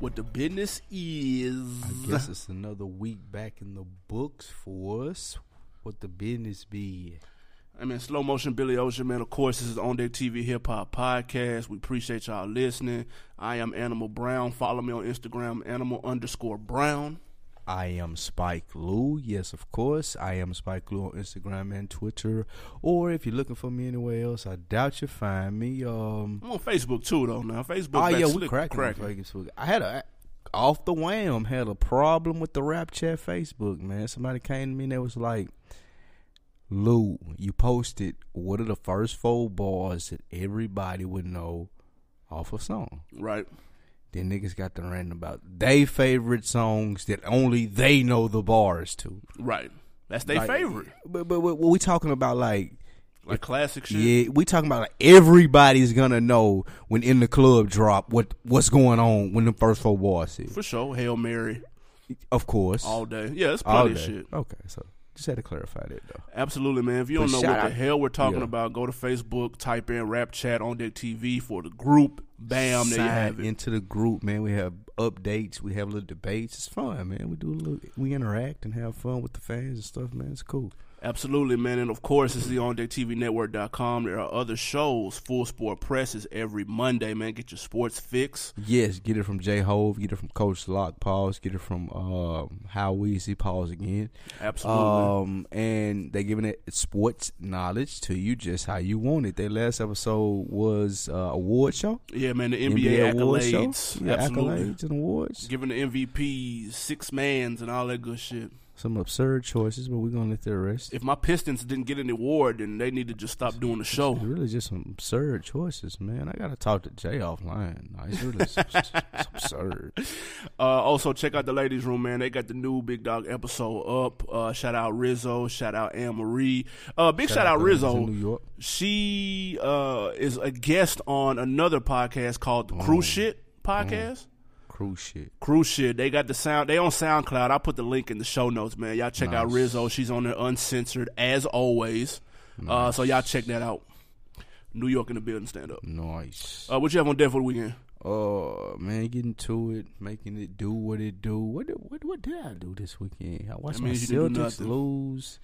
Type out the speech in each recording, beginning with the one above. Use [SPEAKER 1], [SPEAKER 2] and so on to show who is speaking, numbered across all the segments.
[SPEAKER 1] what the business is.
[SPEAKER 2] I guess it's another week back in the books for us. What the business be?
[SPEAKER 1] I mean, slow motion Billy Ocean, man. Of course, this is On Deck TV Hip Hop Podcast. We appreciate y'all listening. I am Animal Brown. Follow me on Instagram, Animal underscore Brown.
[SPEAKER 2] I am Spike Lou. Yes, of course. I am Spike Lou on Instagram and Twitter. Or if you're looking for me anywhere else, I doubt you'll find me. Um,
[SPEAKER 1] I'm on Facebook too, though. Now Facebook.
[SPEAKER 2] oh
[SPEAKER 1] back
[SPEAKER 2] yeah, we
[SPEAKER 1] slick-
[SPEAKER 2] cracking. on Facebook. I had a off the wham had a problem with the rap chat Facebook man. Somebody came to me and they was like, "Lou, you posted what are the first four bars that everybody would know off a song?"
[SPEAKER 1] Right.
[SPEAKER 2] Then niggas got to ranting about they favorite songs that only they know the bars to.
[SPEAKER 1] Right. That's their
[SPEAKER 2] Like-
[SPEAKER 1] favorite.
[SPEAKER 2] But but what we talking about like
[SPEAKER 1] Like classic shit.
[SPEAKER 2] yeah, we talking about like everybody's gonna know when in the club drop what what's going on when the first four bars hit.
[SPEAKER 1] For sure. Hail Mary.
[SPEAKER 2] Of course.
[SPEAKER 1] All day. Yeah, it's
[SPEAKER 2] All
[SPEAKER 1] plenty of
[SPEAKER 2] day.
[SPEAKER 1] shit.
[SPEAKER 2] Okay, so just had to clarify that though.
[SPEAKER 1] Absolutely, man. If you don't
[SPEAKER 2] But
[SPEAKER 1] know what
[SPEAKER 2] shout
[SPEAKER 1] the
[SPEAKER 2] out-
[SPEAKER 1] hell we're talking
[SPEAKER 2] yeah.
[SPEAKER 1] about, go to Facebook, type in Rap Chat on Deck TV for the group. Bam, there you
[SPEAKER 2] Sign
[SPEAKER 1] have it.
[SPEAKER 2] into the group, man. We have updates, we have little debates. It's fun, man. We do a little we interact and have fun with the fans and stuff, man. It's cool.
[SPEAKER 1] Absolutely, man. And of course, it's the On Deck TV Network.com. There are other shows. Full Sport Press is every Monday, man. Get your sports fix.
[SPEAKER 2] Yes, get it from J Hove, get it from Coach Lock, pause, get it from um How Weezy, pause again.
[SPEAKER 1] Absolutely.
[SPEAKER 2] Um, and they're giving it sports knowledge to you just how you want it. Their last episode was uh, award show,
[SPEAKER 1] yeah, man. The NBA,
[SPEAKER 2] award show,
[SPEAKER 1] accolades.
[SPEAKER 2] yeah,
[SPEAKER 1] Absolutely.
[SPEAKER 2] accolades and awards.
[SPEAKER 1] Giving the MVPs, six mans, and all that good shit.
[SPEAKER 2] Some absurd choices, but we're gonna let that rest.
[SPEAKER 1] If my Pistons didn't get an award, then they need to just stop doing the show.
[SPEAKER 2] It's really just some absurd choices, man. I gotta talk to Jay offline. Nah, It's really s- s- it's absurd.
[SPEAKER 1] Uh, also, check out the ladies' room, man. They got the new Big Dog episode up. Uh, shout out Rizzo. Shout out Anne Marie. Uh, big shout, out,
[SPEAKER 2] to the ladies in
[SPEAKER 1] Rizzo.
[SPEAKER 2] New York.
[SPEAKER 1] She uh, is a guest on another podcast called the Cruise
[SPEAKER 2] Mm.
[SPEAKER 1] Shit Podcast.
[SPEAKER 2] Cruise shit.
[SPEAKER 1] Cruise Shit. They got the sound. They on SoundCloud. I put the link in the show notes, man. Y'all check out Rizzo. She's on there uncensored as always. Uh, so y'all check that out. New York in the building. Stand up.
[SPEAKER 2] Nice.
[SPEAKER 1] Uh, what you have on deck for the weekend?
[SPEAKER 2] Oh man, getting to it, making it do what it do. What did- what what did I do this weekend? I watched
[SPEAKER 1] That
[SPEAKER 2] my
[SPEAKER 1] means you didn't do
[SPEAKER 2] Celtics
[SPEAKER 1] nothing.
[SPEAKER 2] lose.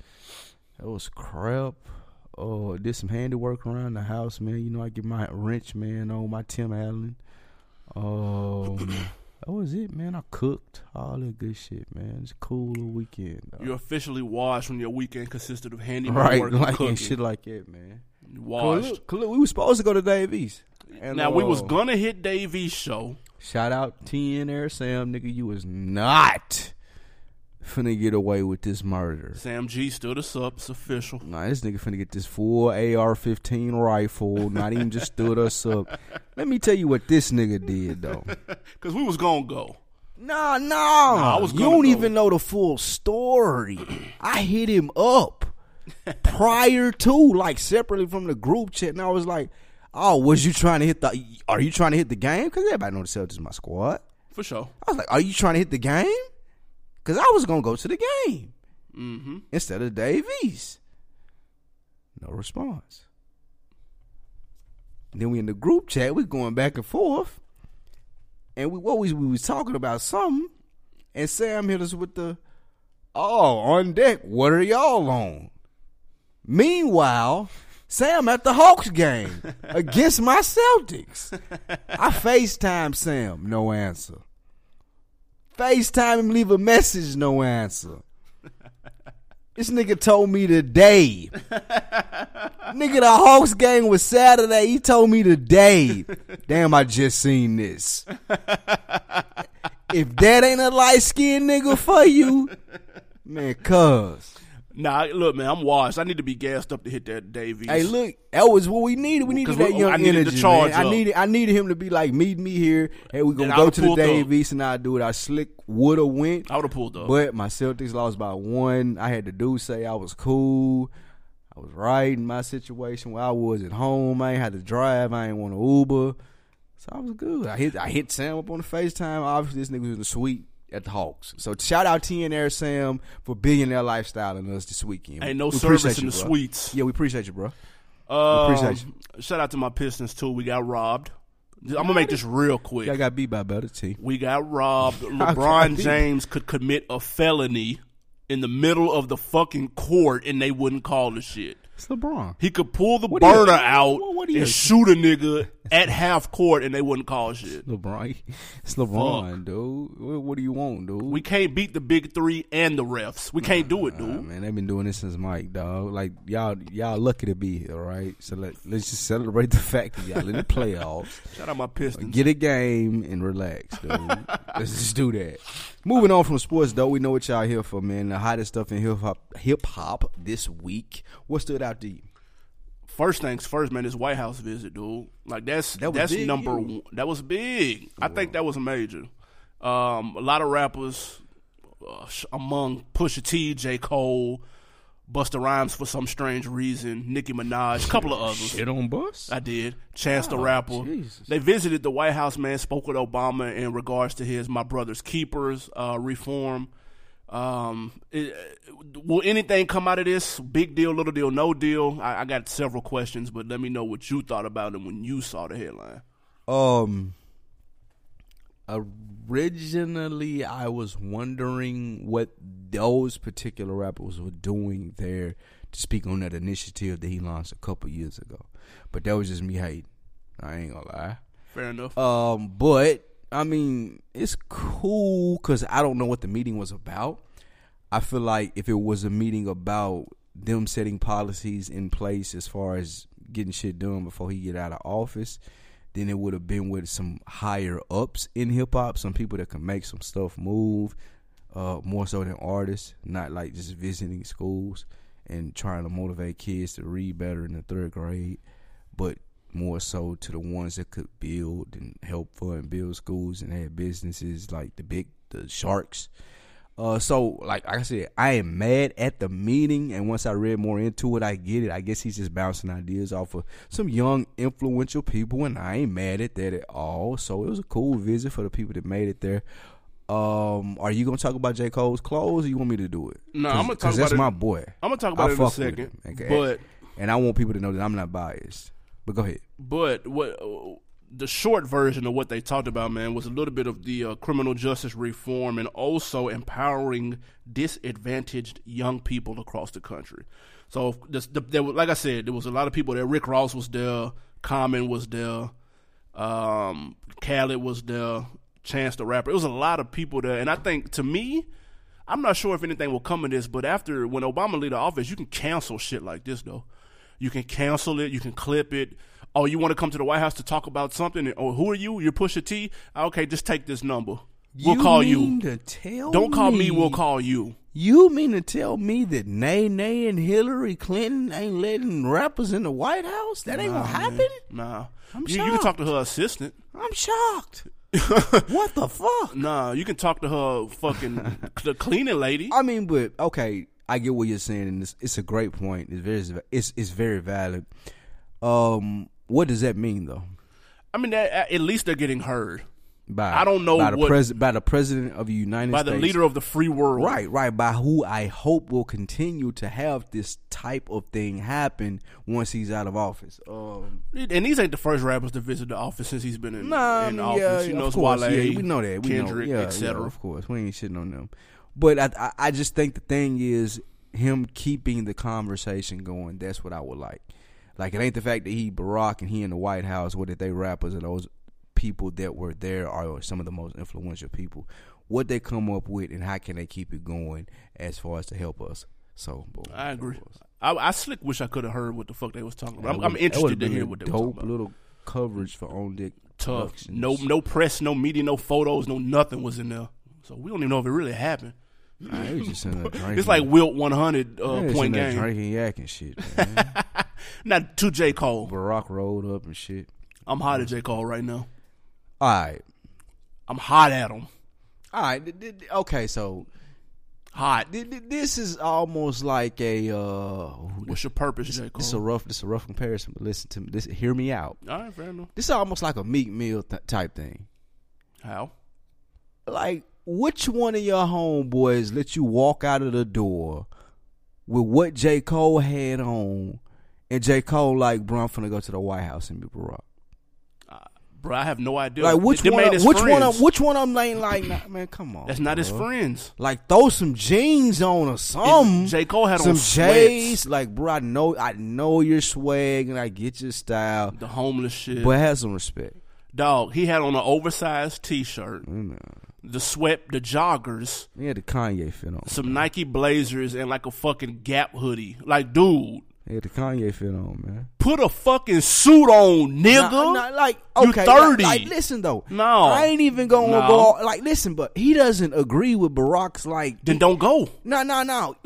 [SPEAKER 2] That was crap. Oh, did some handiwork around the house, man. You know, I get my wrench, man, on my Tim Allen. Um, that was it, man. I cooked all that good shit, man. It's a cool little weekend. dog.
[SPEAKER 1] You're officially washed when your weekend consisted of handy
[SPEAKER 2] right,
[SPEAKER 1] work and
[SPEAKER 2] like
[SPEAKER 1] cooking.
[SPEAKER 2] and shit like that, man.
[SPEAKER 1] Washed.
[SPEAKER 2] Look, look, we were supposed to go to Dave East. And,
[SPEAKER 1] now we was
[SPEAKER 2] uh,
[SPEAKER 1] gonna hit Davey's show.
[SPEAKER 2] Shout out T in there, Sam, nigga. You was not finna get away with this murder.
[SPEAKER 1] Sam G stood us up. It's official.
[SPEAKER 2] Nah, this nigga finna get this full AR-15 rifle. Not even just stood us up. Let me tell you what this nigga did though.
[SPEAKER 1] Cause we was gonna go.
[SPEAKER 2] Nah, nah.
[SPEAKER 1] I was
[SPEAKER 2] you
[SPEAKER 1] gonna
[SPEAKER 2] don't
[SPEAKER 1] go.
[SPEAKER 2] even know the full story. I hit him up prior to, like separately from the group chat, and I was like, "Oh, was you trying to hit the? Are you trying to hit the game? Because everybody know the Celtics is my squad."
[SPEAKER 1] For sure.
[SPEAKER 2] I was like, "Are you trying to hit the game?" Because I was gonna go to the game
[SPEAKER 1] Mm-hmm.
[SPEAKER 2] instead of Davies. No response. Then we in the group chat. We going back and forth, and we what we we was talking about something, and Sam hit us with the, "Oh, on deck. What are y'all on?" Meanwhile, Sam at the Hawks game against my Celtics. I FaceTime Sam, no answer. FaceTime him, leave a message, no answer. This nigga told me today. nigga, the Hawks game was Saturday. He told me today. Damn, I just seen this. if that ain't a light skinned nigga for you, man, cuz.
[SPEAKER 1] Nah, look, man, I'm washed. I need to be gassed up to hit that Davies.
[SPEAKER 2] Hey, look, that was what we needed. We needed
[SPEAKER 1] 'Cause
[SPEAKER 2] that
[SPEAKER 1] we-
[SPEAKER 2] young
[SPEAKER 1] I needed the
[SPEAKER 2] energy.
[SPEAKER 1] charge
[SPEAKER 2] man. I
[SPEAKER 1] up.
[SPEAKER 2] needed, I needed him to be like, meet me here. Hey, we
[SPEAKER 1] And
[SPEAKER 2] gonna
[SPEAKER 1] I
[SPEAKER 2] go
[SPEAKER 1] would've
[SPEAKER 2] to the
[SPEAKER 1] pulled up.
[SPEAKER 2] Davies, and I do it. I slick woulda went.
[SPEAKER 1] I would have pulled up.
[SPEAKER 2] But my Celtics lost by one. I had the dude say I was cool. I was right in my situation where I was at home. I ain't had to drive. I ain't want to Uber. So I was good. I hit I hit Sam up on the FaceTime. Obviously, this nigga was in the suite at the Hawks. So shout out TNR Sam for billionaire lifestyle and us this weekend.
[SPEAKER 1] Ain't no
[SPEAKER 2] We
[SPEAKER 1] service
[SPEAKER 2] appreciate
[SPEAKER 1] in
[SPEAKER 2] you,
[SPEAKER 1] the
[SPEAKER 2] bro.
[SPEAKER 1] suites.
[SPEAKER 2] Yeah, we appreciate you, bro.
[SPEAKER 1] Um,
[SPEAKER 2] appreciate
[SPEAKER 1] Shout out to my Pistons too. We got robbed. I'm gonna make this real quick.
[SPEAKER 2] I got beat by better team.
[SPEAKER 1] We got robbed. LeBron James could commit a felony in the middle of the fucking court and they wouldn't call the shit.
[SPEAKER 2] It's LeBron.
[SPEAKER 1] He could pull the
[SPEAKER 2] What do you-
[SPEAKER 1] burner out
[SPEAKER 2] what- what do you-
[SPEAKER 1] and shoot a nigga at half court and they wouldn't call shit.
[SPEAKER 2] LeBron. It's LeBron, dude. What, what do you want, dude?
[SPEAKER 1] We can't beat the big three and the refs. We can't do it,
[SPEAKER 2] Nah,
[SPEAKER 1] dude.
[SPEAKER 2] Oh, man, they've been doing this since Mike, dog. Like y'all, y'all lucky to be here, right? So let, let's just celebrate the fact that y'all in the playoffs.
[SPEAKER 1] Shout out my Pistons.
[SPEAKER 2] Get a game and relax, dude. let's just do that. Moving on from sports, though, we know what y'all here for, man. The hottest stuff in hip hop, hip hop this week. What stood out to you?
[SPEAKER 1] First things first, man. This White House visit, dude. Like that's
[SPEAKER 2] That was
[SPEAKER 1] that's
[SPEAKER 2] big,
[SPEAKER 1] number
[SPEAKER 2] yeah. Oh,
[SPEAKER 1] one. That was big. I think that was major. Um, a lot of rappers uh, sh- among Pusha T, J. Cole, Busta Rhymes for some strange reason, Nicki Minaj, a couple of others.
[SPEAKER 2] on bus.
[SPEAKER 1] I did. Chance the Rapper.
[SPEAKER 2] Oh, Jesus.
[SPEAKER 1] They visited the White House, man, spoke with Obama in regards to his My Brother's Keepers uh, reform. Um, it, uh, will anything come out of this? Big deal, little deal, no deal? I, I got several questions, but let me know what you thought about it when you saw the headline.
[SPEAKER 2] Um. Originally, I was wondering what those particular rappers were doing there to speak on that initiative that he launched a couple years ago, but that was just me hating. I ain't gonna
[SPEAKER 1] Fair enough.
[SPEAKER 2] lie. Um, but I mean, it's cool because I don't know what the meeting was about. I feel like if it was a meeting about them setting policies in place as far as getting shit done before he get out of office, then it would have been with some higher ups in hip hop, some people that can make some stuff move, uh, more so than artists, not like just visiting schools and trying to motivate kids to read better in the third grade, but more so to the ones that could build and help fund build schools and have businesses like the big the sharks. Uh, so like I said, I am mad at the meeting, and once I read more into it, I get it. I guess he's just bouncing ideas off of some young, influential people, and I ain't mad at that at all. So it was a cool visit for the people that made it there. Um, are you gonna talk about J Cole's clothes, or you want me to do it?
[SPEAKER 1] No,
[SPEAKER 2] 'Cause-
[SPEAKER 1] I'ma talk
[SPEAKER 2] 'cause that's
[SPEAKER 1] about it-
[SPEAKER 2] my boy.
[SPEAKER 1] I'm going to talk about
[SPEAKER 2] I
[SPEAKER 1] it in a
[SPEAKER 2] fuck with
[SPEAKER 1] second.
[SPEAKER 2] him, okay?
[SPEAKER 1] But.
[SPEAKER 2] and I want people to know that I'm not biased. But go ahead.
[SPEAKER 1] But what uh, the short version of what they talked about, man, was a little bit of the uh, criminal justice reform and also empowering disadvantaged young people across the country. So, if this, the, there, were- like I said, there was a lot of people there. Rick Ross was there, Common was there, um, Khaled was there, Chance the Rapper. It was a lot of people there, and I think to me. I'm not sure if anything will come of this, but after when Obama leave the office, you can cancel shit like this though. You can cancel it. You can clip it. Oh, you want to come to the White House to talk about something? Oh, who are you? You're Pusha T. Okay, just take this number. We'll call you.
[SPEAKER 2] mean To tell
[SPEAKER 1] Don't call me. We'll call you.
[SPEAKER 2] You mean to tell me that Nay Nay and Hillary Clinton ain't letting rappers in the White House? That ain't gonna happen?
[SPEAKER 1] Nah, you, you can talk to her assistant.
[SPEAKER 2] I'm shocked. what the fuck?
[SPEAKER 1] Nah, you can talk to her fucking the cleaning lady.
[SPEAKER 2] I mean, but okay, I get what you're saying, and it's, it's a great point. It's very, it's it's very valid. Um, what does that mean though?
[SPEAKER 1] I mean, that, at least they're getting heard
[SPEAKER 2] By
[SPEAKER 1] I don't know
[SPEAKER 2] by the,
[SPEAKER 1] what-
[SPEAKER 2] pres- by the president of the United
[SPEAKER 1] by
[SPEAKER 2] States
[SPEAKER 1] the leader of the free world.
[SPEAKER 2] Right, right. By who I hope will continue to have this type of thing happen once he's out of office. Um,
[SPEAKER 1] And these ain't the first rappers to visit the office since he's been in,
[SPEAKER 2] Nah, I
[SPEAKER 1] in
[SPEAKER 2] mean,
[SPEAKER 1] office.
[SPEAKER 2] yeah,
[SPEAKER 1] you
[SPEAKER 2] of
[SPEAKER 1] know, it's
[SPEAKER 2] course,
[SPEAKER 1] Wale,
[SPEAKER 2] yeah, we know that. We
[SPEAKER 1] Kendrick,
[SPEAKER 2] know, yeah,
[SPEAKER 1] etc.
[SPEAKER 2] Yeah, of course, we ain't shitting on them. But I, I, I just think the thing is him keeping the conversation going. That's what I would like. Like it ain't the fact that he Barack and he in the White House, or that they rappers and those people that were there are some of the most influential people. What they come up with and how can they keep it going as far as to help us. So boom,
[SPEAKER 1] I agree. I, I slick wish I could have heard what the fuck they was talking about. I'm,
[SPEAKER 2] That
[SPEAKER 1] I'm
[SPEAKER 2] would've- that
[SPEAKER 1] interested
[SPEAKER 2] would've
[SPEAKER 1] to
[SPEAKER 2] been
[SPEAKER 1] hear
[SPEAKER 2] a
[SPEAKER 1] what they was
[SPEAKER 2] dope
[SPEAKER 1] talking about.
[SPEAKER 2] little coverage for on dick.
[SPEAKER 1] Tough.
[SPEAKER 2] Productions.
[SPEAKER 1] No, no press, no media, no photos, no nothing was in there. So we don't even know if it really happened.
[SPEAKER 2] Nah, it was just in there drinking.
[SPEAKER 1] It's like Wilt 100 uh,
[SPEAKER 2] They was in
[SPEAKER 1] point
[SPEAKER 2] there
[SPEAKER 1] game.
[SPEAKER 2] drinking yak and shit. Man.
[SPEAKER 1] Not to J Cole.
[SPEAKER 2] Barack rolled up and shit.
[SPEAKER 1] I'm hot at J Cole right now.
[SPEAKER 2] All right,
[SPEAKER 1] I'm hot at him.
[SPEAKER 2] all right. th- th- th- Okay, so
[SPEAKER 1] Hot.
[SPEAKER 2] th- th- this is almost like a uh,
[SPEAKER 1] What's your purpose, J
[SPEAKER 2] it's a
[SPEAKER 1] Cole?
[SPEAKER 2] rough, it's a rough comparison. But listen to me, this, hear me out.
[SPEAKER 1] All right, fair enough.
[SPEAKER 2] This is almost like a Meek Mill th- type thing.
[SPEAKER 1] How?
[SPEAKER 2] like which one of your homeboys let you walk out of the door with what J. Cole had on and J. Cole like, bro, I'm finna go to the White House and be Barack.
[SPEAKER 1] Bro, I have no idea.
[SPEAKER 2] Like which
[SPEAKER 1] They
[SPEAKER 2] one?
[SPEAKER 1] made
[SPEAKER 2] Of,
[SPEAKER 1] his
[SPEAKER 2] which one?
[SPEAKER 1] friends.
[SPEAKER 2] Of, which one? I'm laying like, nah, man, come on.
[SPEAKER 1] That's not his friends.
[SPEAKER 2] Like throw some jeans on or something.
[SPEAKER 1] J. Cole had
[SPEAKER 2] Um, some
[SPEAKER 1] on sweats.
[SPEAKER 2] J's. Like, bro, I know, I know your swag and I get your style,
[SPEAKER 1] The homeless shit.
[SPEAKER 2] but have some respect.
[SPEAKER 1] Dog, he had on an oversized t shirt, the sweat, the joggers,
[SPEAKER 2] He had the Kanye fit on.
[SPEAKER 1] some Nike blazers, and like a fucking Gap hoodie. Like, dude,
[SPEAKER 2] He had the Kanye fit on, man.
[SPEAKER 1] put a fucking suit on, nigga.
[SPEAKER 2] Nah, nah, like
[SPEAKER 1] You
[SPEAKER 2] okay,
[SPEAKER 1] 30.
[SPEAKER 2] Like, like, listen though,
[SPEAKER 1] No.
[SPEAKER 2] I ain't even gonna
[SPEAKER 1] No.
[SPEAKER 2] go. all- Like listen, but he doesn't agree with Barack's like
[SPEAKER 1] then don't go.
[SPEAKER 2] No, no, no.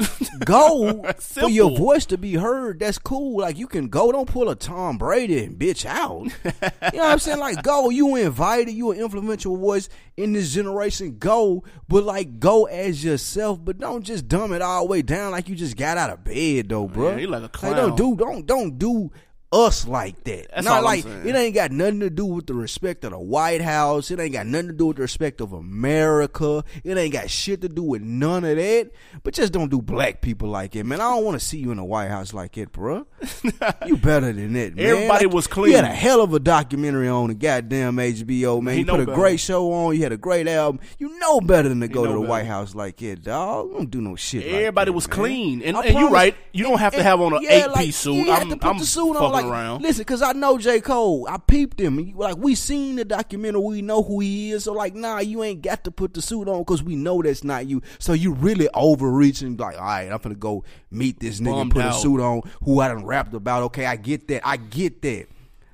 [SPEAKER 2] Go for
[SPEAKER 1] Simple.
[SPEAKER 2] your voice to be heard. That's cool. Like you can go. Don't pull a Tom Brady and bitch out. you know what I'm saying? Like go. You invited. You an influential voice in this generation. Go, but like go as yourself. But don't just dumb it all the way down. Like you just got out of bed though, bro.
[SPEAKER 1] Man, he like a
[SPEAKER 2] don't
[SPEAKER 1] clown.
[SPEAKER 2] do. Don't don't do. Us like that.
[SPEAKER 1] That's
[SPEAKER 2] Not
[SPEAKER 1] all I'm
[SPEAKER 2] like
[SPEAKER 1] saying.
[SPEAKER 2] it ain't got nothing to do with the respect of the White House. It ain't got nothing to do with the respect of America. It ain't got shit to do with none of that. But just don't do black people like it, man. I don't want to see you in the White House like it, bruh. you better than that, man.
[SPEAKER 1] Everybody
[SPEAKER 2] Like,
[SPEAKER 1] was
[SPEAKER 2] You
[SPEAKER 1] clean.
[SPEAKER 2] had a hell of a documentary on the goddamn HBO, man.
[SPEAKER 1] He
[SPEAKER 2] you put
[SPEAKER 1] know
[SPEAKER 2] a
[SPEAKER 1] better.
[SPEAKER 2] great show on. You had a great album. You know better than to go to
[SPEAKER 1] know
[SPEAKER 2] the
[SPEAKER 1] better.
[SPEAKER 2] White House like it, dog. Don't do no shit. like
[SPEAKER 1] Everybody
[SPEAKER 2] that,
[SPEAKER 1] was
[SPEAKER 2] man.
[SPEAKER 1] clean. And,
[SPEAKER 2] I
[SPEAKER 1] and you're
[SPEAKER 2] promise-
[SPEAKER 1] right. You don't have to
[SPEAKER 2] and-
[SPEAKER 1] have on an
[SPEAKER 2] yeah,
[SPEAKER 1] eight
[SPEAKER 2] like,
[SPEAKER 1] piece suit.
[SPEAKER 2] You have
[SPEAKER 1] I'm,
[SPEAKER 2] to put
[SPEAKER 1] I'm
[SPEAKER 2] the suit
[SPEAKER 1] fucking
[SPEAKER 2] on. Like,
[SPEAKER 1] around.
[SPEAKER 2] listen, because I know J. Cole. I peeped him. and you- Like, we seen the documentary. We know who he is. So, like, nah, you ain't got to put the suit on because we know that's not you. So, you really overreaching. Like, all right, I'm going to go meet this nigga
[SPEAKER 1] Bummed
[SPEAKER 2] and put a
[SPEAKER 1] out.
[SPEAKER 2] suit on who I done rapped about. Okay, I get that. I get that.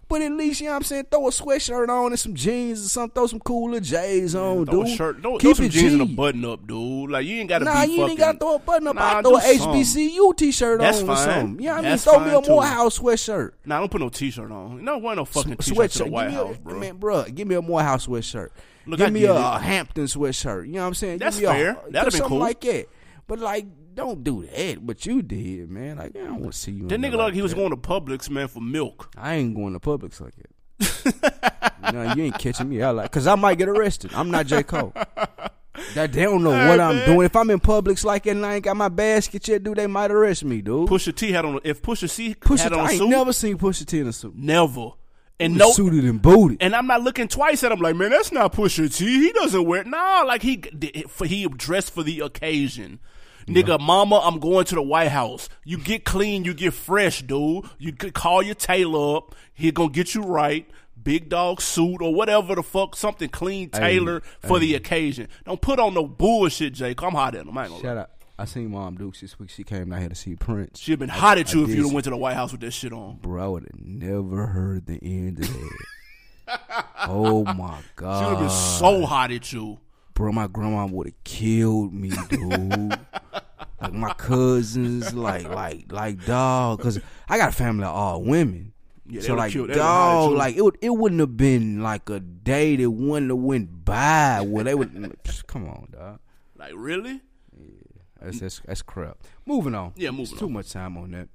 [SPEAKER 2] But at least, you know what I'm saying, throw a sweatshirt on and some jeans or something. Throw some cooler J's on,
[SPEAKER 1] Throw
[SPEAKER 2] dude.
[SPEAKER 1] a shirt. Throw,
[SPEAKER 2] Keep
[SPEAKER 1] throw some
[SPEAKER 2] it
[SPEAKER 1] jeans and a
[SPEAKER 2] G.
[SPEAKER 1] button up, dude. Like, you ain't got to
[SPEAKER 2] Nah,
[SPEAKER 1] be
[SPEAKER 2] you
[SPEAKER 1] fucking.
[SPEAKER 2] ain't gotta throw a button up.
[SPEAKER 1] Nah,
[SPEAKER 2] I throw
[SPEAKER 1] do
[SPEAKER 2] an
[SPEAKER 1] something.
[SPEAKER 2] HBCU t-shirt
[SPEAKER 1] That's
[SPEAKER 2] on or
[SPEAKER 1] fine.
[SPEAKER 2] something. Yeah, I mean,
[SPEAKER 1] That's
[SPEAKER 2] throw me a
[SPEAKER 1] fine, too.
[SPEAKER 2] Morehouse sweatshirt.
[SPEAKER 1] Nah, don't put no t shirt on. No, wear no fucking t shirt to
[SPEAKER 2] Sweatshirt,
[SPEAKER 1] the White
[SPEAKER 2] give me
[SPEAKER 1] House,
[SPEAKER 2] a,
[SPEAKER 1] bro.
[SPEAKER 2] man, bro. Give me a Morehouse sweatshirt.
[SPEAKER 1] Look,
[SPEAKER 2] give
[SPEAKER 1] I
[SPEAKER 2] me
[SPEAKER 1] get
[SPEAKER 2] a
[SPEAKER 1] it.
[SPEAKER 2] Hampton sweatshirt. You know what I'm saying?
[SPEAKER 1] That's
[SPEAKER 2] give me
[SPEAKER 1] fair.
[SPEAKER 2] A,
[SPEAKER 1] That'd been
[SPEAKER 2] something
[SPEAKER 1] cool.
[SPEAKER 2] like that. But like, don't do that. But you did, man. Like, I don't want to see you.
[SPEAKER 1] That
[SPEAKER 2] in
[SPEAKER 1] nigga
[SPEAKER 2] there
[SPEAKER 1] looked like he was
[SPEAKER 2] that.
[SPEAKER 1] going to Publix, man, for milk.
[SPEAKER 2] I ain't going to Publix like it. no, you ain't catching me out like, cause I might get arrested. I'm not J Cole. That they don't know what I'm doing. If I'm in Publix like that and I ain't got my basket yet, dude, they might arrest me, dude.
[SPEAKER 1] Pusha T had on. If Pusha C
[SPEAKER 2] Pusha,
[SPEAKER 1] had
[SPEAKER 2] T-
[SPEAKER 1] on a
[SPEAKER 2] I ain't
[SPEAKER 1] suit,
[SPEAKER 2] never seen Pusha T in a suit.
[SPEAKER 1] never. And
[SPEAKER 2] No,
[SPEAKER 1] no,
[SPEAKER 2] suited and booted.
[SPEAKER 1] and I'm not looking twice at him. Like, man, that's not Pusha T. He doesn't wear. Nah, like he he dressed for the occasion. Nigga, mama, I'm going to the White House. You get clean, you get fresh, dude. You could call your tailor up. He gonna get you right. Big dog suit or whatever the fuck, something clean tailored for the occasion. Don't put on no bullshit, Jake. I'm hot at him. I ain't gonna lie.
[SPEAKER 2] Shout out. I seen Mom Dukes this week. She came down here to see Prince.
[SPEAKER 1] She'd been hot at you if
[SPEAKER 2] did
[SPEAKER 1] you'd have
[SPEAKER 2] see-
[SPEAKER 1] went to the White House with that shit on.
[SPEAKER 2] Bro, I would have never heard the end of that. oh my
[SPEAKER 1] She would have
[SPEAKER 2] God.
[SPEAKER 1] been so hot at you.
[SPEAKER 2] Bro, my grandma would have killed me, dude. like my cousins, like, like, like, dog. Cause I got a family of all women.
[SPEAKER 1] Yeah, they
[SPEAKER 2] so
[SPEAKER 1] would've
[SPEAKER 2] like,
[SPEAKER 1] killed- they would've hollered at
[SPEAKER 2] dog,
[SPEAKER 1] you.
[SPEAKER 2] like it, would, it wouldn't have been like a day that wouldn't have went by where they would. come on, dog.
[SPEAKER 1] Like, really?
[SPEAKER 2] That's that's, that's crap. Moving on.
[SPEAKER 1] Yeah, moving
[SPEAKER 2] It's Too much time on that.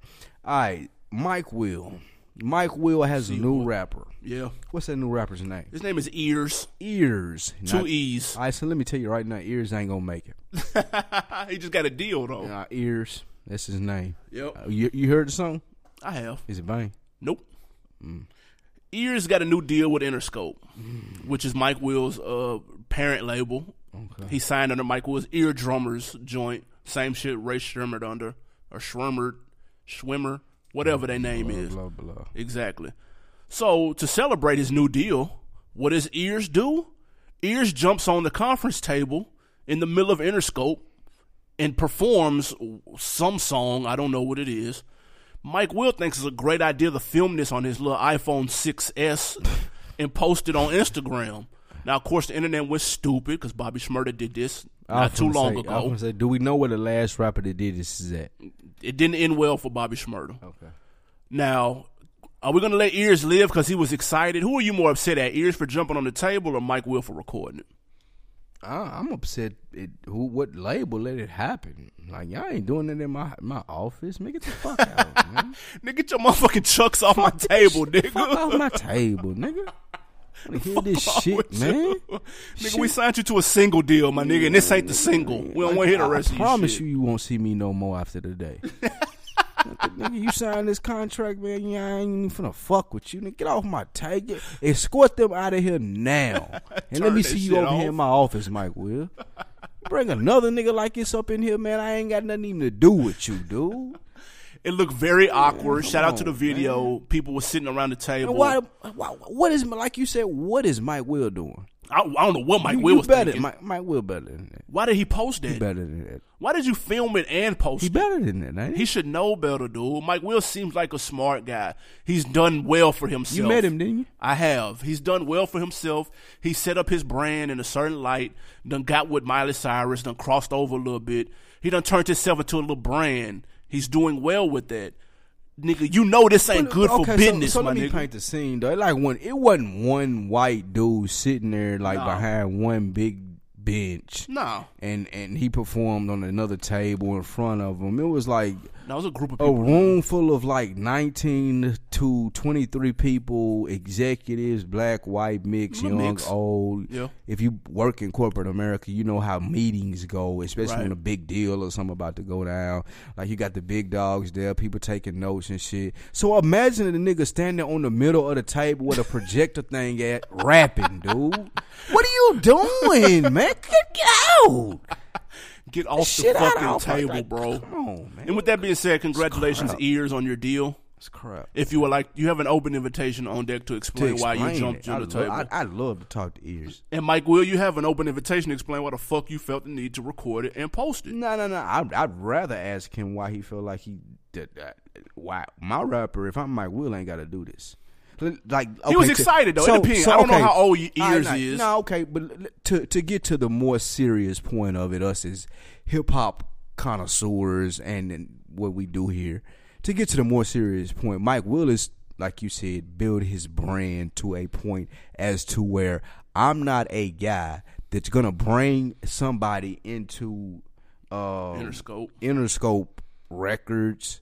[SPEAKER 2] All right, Mike Will. Mike Will has a new rapper.
[SPEAKER 1] Yeah.
[SPEAKER 2] What's that new rapper's name?
[SPEAKER 1] His name is Ears.
[SPEAKER 2] Ears.
[SPEAKER 1] Two
[SPEAKER 2] Not-
[SPEAKER 1] E's.
[SPEAKER 2] All right, so let me tell you right now, Ears ain't gonna make it.
[SPEAKER 1] he just got a deal though.
[SPEAKER 2] Uh, Ears. That's his name.
[SPEAKER 1] Yep.
[SPEAKER 2] Uh, you, you heard the song?
[SPEAKER 1] I have.
[SPEAKER 2] Is it Bang?
[SPEAKER 1] Nope. Ears got a new deal with Interscope, which is Mike Will's uh, parent label. He signed under Mike Will's Ear Drummers joint. Same shit Ray Schirmered under or Schwimmer, Schwimmer, whatever their name is.
[SPEAKER 2] Blah blah.
[SPEAKER 1] Exactly. So to celebrate his new deal, what does Ears do? Ears jumps on the conference table in the middle of Interscope and performs some song. I don't know what it is. Mike Will thinks it's a great idea to film this on his little iPhone 6s and post it on Instagram. Now, of course, the internet was stupid because Bobby Schmurda did this
[SPEAKER 2] I was
[SPEAKER 1] not too
[SPEAKER 2] gonna
[SPEAKER 1] long
[SPEAKER 2] say- I was
[SPEAKER 1] ago.
[SPEAKER 2] gonna say, do we know where the last rapper that did this is at?
[SPEAKER 1] It didn't end well for Bobby Schmurda.
[SPEAKER 2] Okay.
[SPEAKER 1] Now, are we going to let Ears live because he was excited? Who are you more upset at, Ears for jumping on the table or Mike Will for recording it?
[SPEAKER 2] I, I'm upset. It, who? What label let it happen? Like y'all ain't doing it in my my office. Make it the fuck out, man.
[SPEAKER 1] Nigga, get your motherfucking chucks off my table,
[SPEAKER 2] Fuck
[SPEAKER 1] nigga.
[SPEAKER 2] off my table, nigga. I wanna hear this shit, man.
[SPEAKER 1] nigga, we signed you to a single deal, my nigga, and this ain't the single. We don't want to hear the
[SPEAKER 2] I
[SPEAKER 1] rest of your
[SPEAKER 2] promise
[SPEAKER 1] shit.
[SPEAKER 2] you, you won't see me no more after today. nigga, you signed this contract, man. You I ain't even finna fuck with you. Nigga, get off my tag. Get- Escort them out of here now. And let
[SPEAKER 1] Turn
[SPEAKER 2] me
[SPEAKER 1] that
[SPEAKER 2] see
[SPEAKER 1] shit
[SPEAKER 2] you over
[SPEAKER 1] off.
[SPEAKER 2] here in my office, Mike Will. Bring another nigga like this up in here, man. I ain't got nothing even to do with you, dude.
[SPEAKER 1] It looked very awkward. Shout out to the
[SPEAKER 2] on,
[SPEAKER 1] video. People were sitting around the table.
[SPEAKER 2] And why, why? What is like you said? What is Mike Will doing?
[SPEAKER 1] I, I don't know what Mike
[SPEAKER 2] You-
[SPEAKER 1] Will
[SPEAKER 2] you
[SPEAKER 1] was
[SPEAKER 2] better,
[SPEAKER 1] thinking.
[SPEAKER 2] Mike, Mike Will better than that.
[SPEAKER 1] Why did he post that?
[SPEAKER 2] He better than that.
[SPEAKER 1] Why did you film it and post
[SPEAKER 2] He
[SPEAKER 1] it?
[SPEAKER 2] better than that. Ain't he?
[SPEAKER 1] He should know better, dude. Mike Will seems like a smart guy. He's done well for himself.
[SPEAKER 2] You met him, didn't you?
[SPEAKER 1] I have. He's done well for himself. He set up his brand in a certain light. Done got with Miley Cyrus. Done crossed over a little bit. He done turned himself into a little brand. He's doing well with that, nigga. You know this ain't good
[SPEAKER 2] Okay,
[SPEAKER 1] for
[SPEAKER 2] so-
[SPEAKER 1] business,
[SPEAKER 2] so,
[SPEAKER 1] my
[SPEAKER 2] let me
[SPEAKER 1] nigga.
[SPEAKER 2] paint the scene though. It Like one, it wasn't one white dude sitting there like behind one big bench,
[SPEAKER 1] No,
[SPEAKER 2] and and he performed on another table in front of him. It was like
[SPEAKER 1] no, it was a group of
[SPEAKER 2] a
[SPEAKER 1] people.
[SPEAKER 2] room full of like 19 to 23 people executives black white mix
[SPEAKER 1] A
[SPEAKER 2] young
[SPEAKER 1] mix.
[SPEAKER 2] old
[SPEAKER 1] Yeah.
[SPEAKER 2] if you work in corporate america you know how meetings go especially
[SPEAKER 1] Right.
[SPEAKER 2] when a big deal or something about to go down like you got the big dogs there people taking notes and shit so imagine the nigga standing on the middle of the table with a projector thing at rapping dude what are you doing man get out
[SPEAKER 1] Get off
[SPEAKER 2] shit
[SPEAKER 1] the
[SPEAKER 2] out of
[SPEAKER 1] fucking
[SPEAKER 2] office,
[SPEAKER 1] table,
[SPEAKER 2] like,
[SPEAKER 1] bro.
[SPEAKER 2] come on man
[SPEAKER 1] And with that being said, congratulations, ears, on your deal.
[SPEAKER 2] it's crap
[SPEAKER 1] If you would like, you have an open invitation on deck to
[SPEAKER 2] to
[SPEAKER 1] explain, why you
[SPEAKER 2] explain
[SPEAKER 1] jumped
[SPEAKER 2] it.
[SPEAKER 1] on
[SPEAKER 2] I
[SPEAKER 1] the
[SPEAKER 2] lo-
[SPEAKER 1] table.
[SPEAKER 2] I, I love to talk to ears.
[SPEAKER 1] and Mike, will you have an open invitation to explain why the fuck you felt the need to record it and post it?
[SPEAKER 2] No, no, no. I, I'd rather ask him why he felt like he did that. Why my rapper? If I'm Mike Will, ain't got to do this. L- Like okay,
[SPEAKER 1] was
[SPEAKER 2] to-
[SPEAKER 1] excited, though. It depends. I don't know how old your
[SPEAKER 2] All right,
[SPEAKER 1] ears
[SPEAKER 2] no,
[SPEAKER 1] is.
[SPEAKER 2] No, okay, but l- l- to to get to the more serious point of it, us as hip hop connoisseurs and, and what we do here. To get to the more serious point, Mike Will is like you said, build his brand to a point as to where I'm not a guy that's gonna bring somebody into um,
[SPEAKER 1] Interscope.
[SPEAKER 2] Interscope Records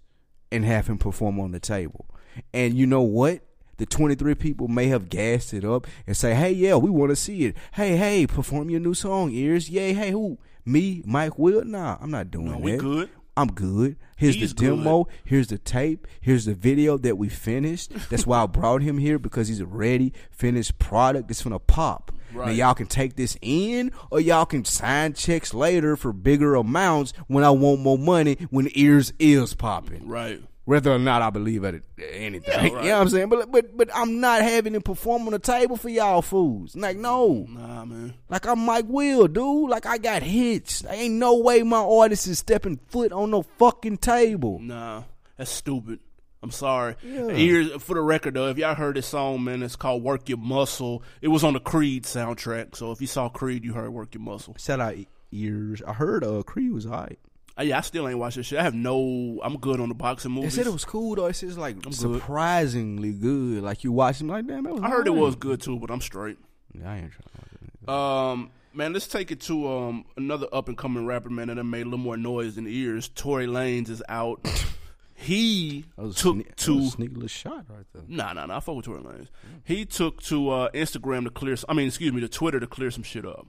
[SPEAKER 2] and have him perform on the table. And you know what? The 23 people may have gassed it up and say, hey, yeah, we want to see it. Hey, hey, perform your new song, Ears. Yay, hey, who? Me, Mike Will? Nah, I'm not doing
[SPEAKER 1] No,
[SPEAKER 2] that.
[SPEAKER 1] we good.
[SPEAKER 2] I'm good. Here's
[SPEAKER 1] He's
[SPEAKER 2] the demo. Here's the tape. Here's the video that we finished. That's why I brought him here because he's a ready, finished product. It's gonna pop. Now
[SPEAKER 1] Right.
[SPEAKER 2] y'all can take this in, or y'all can sign checks later for bigger amounts when I want more money. When ears is popping,
[SPEAKER 1] Right.
[SPEAKER 2] whether or not I believe at it, anything.
[SPEAKER 1] Yeah, right.
[SPEAKER 2] You know what I'm saying? But but but I'm not having him perform on the table for y'all fools. Like no.
[SPEAKER 1] Nah, man.
[SPEAKER 2] Like I'm Mike Will, dude. Like I got hits. There ain't no way my artist is stepping foot on no fucking table.
[SPEAKER 1] Nah, that's stupid. I'm sorry. Ears for the record though, if y'all heard this song, man, it's called "Work Your Muscle." It was on the Creed soundtrack. So if you saw Creed, you heard "Work Your Muscle."
[SPEAKER 2] Shout out ears. I heard uh Creed was alright.
[SPEAKER 1] Uh, yeah, I still ain't watched this shit. I have no. I'm good on the boxing
[SPEAKER 2] They
[SPEAKER 1] movies.
[SPEAKER 2] said it was cool though. It says like surprisingly good. Like you watch him like damn. That was
[SPEAKER 1] I heard it
[SPEAKER 2] alright.
[SPEAKER 1] was good too, but I'm straight.
[SPEAKER 2] Yeah, I ain't trying to watch it.
[SPEAKER 1] Um, man, let's take it to um another up and coming rapper man that done made a little more noise than ears. Tory Lanez is out. he
[SPEAKER 2] That was
[SPEAKER 1] took
[SPEAKER 2] sne- that
[SPEAKER 1] to
[SPEAKER 2] was a sneaky little shot right there.
[SPEAKER 1] Nah, nah, nah. I fuck with Tory Lanez. He took to uh, Instagram to clear. I mean, excuse me, to Twitter to clear some shit up.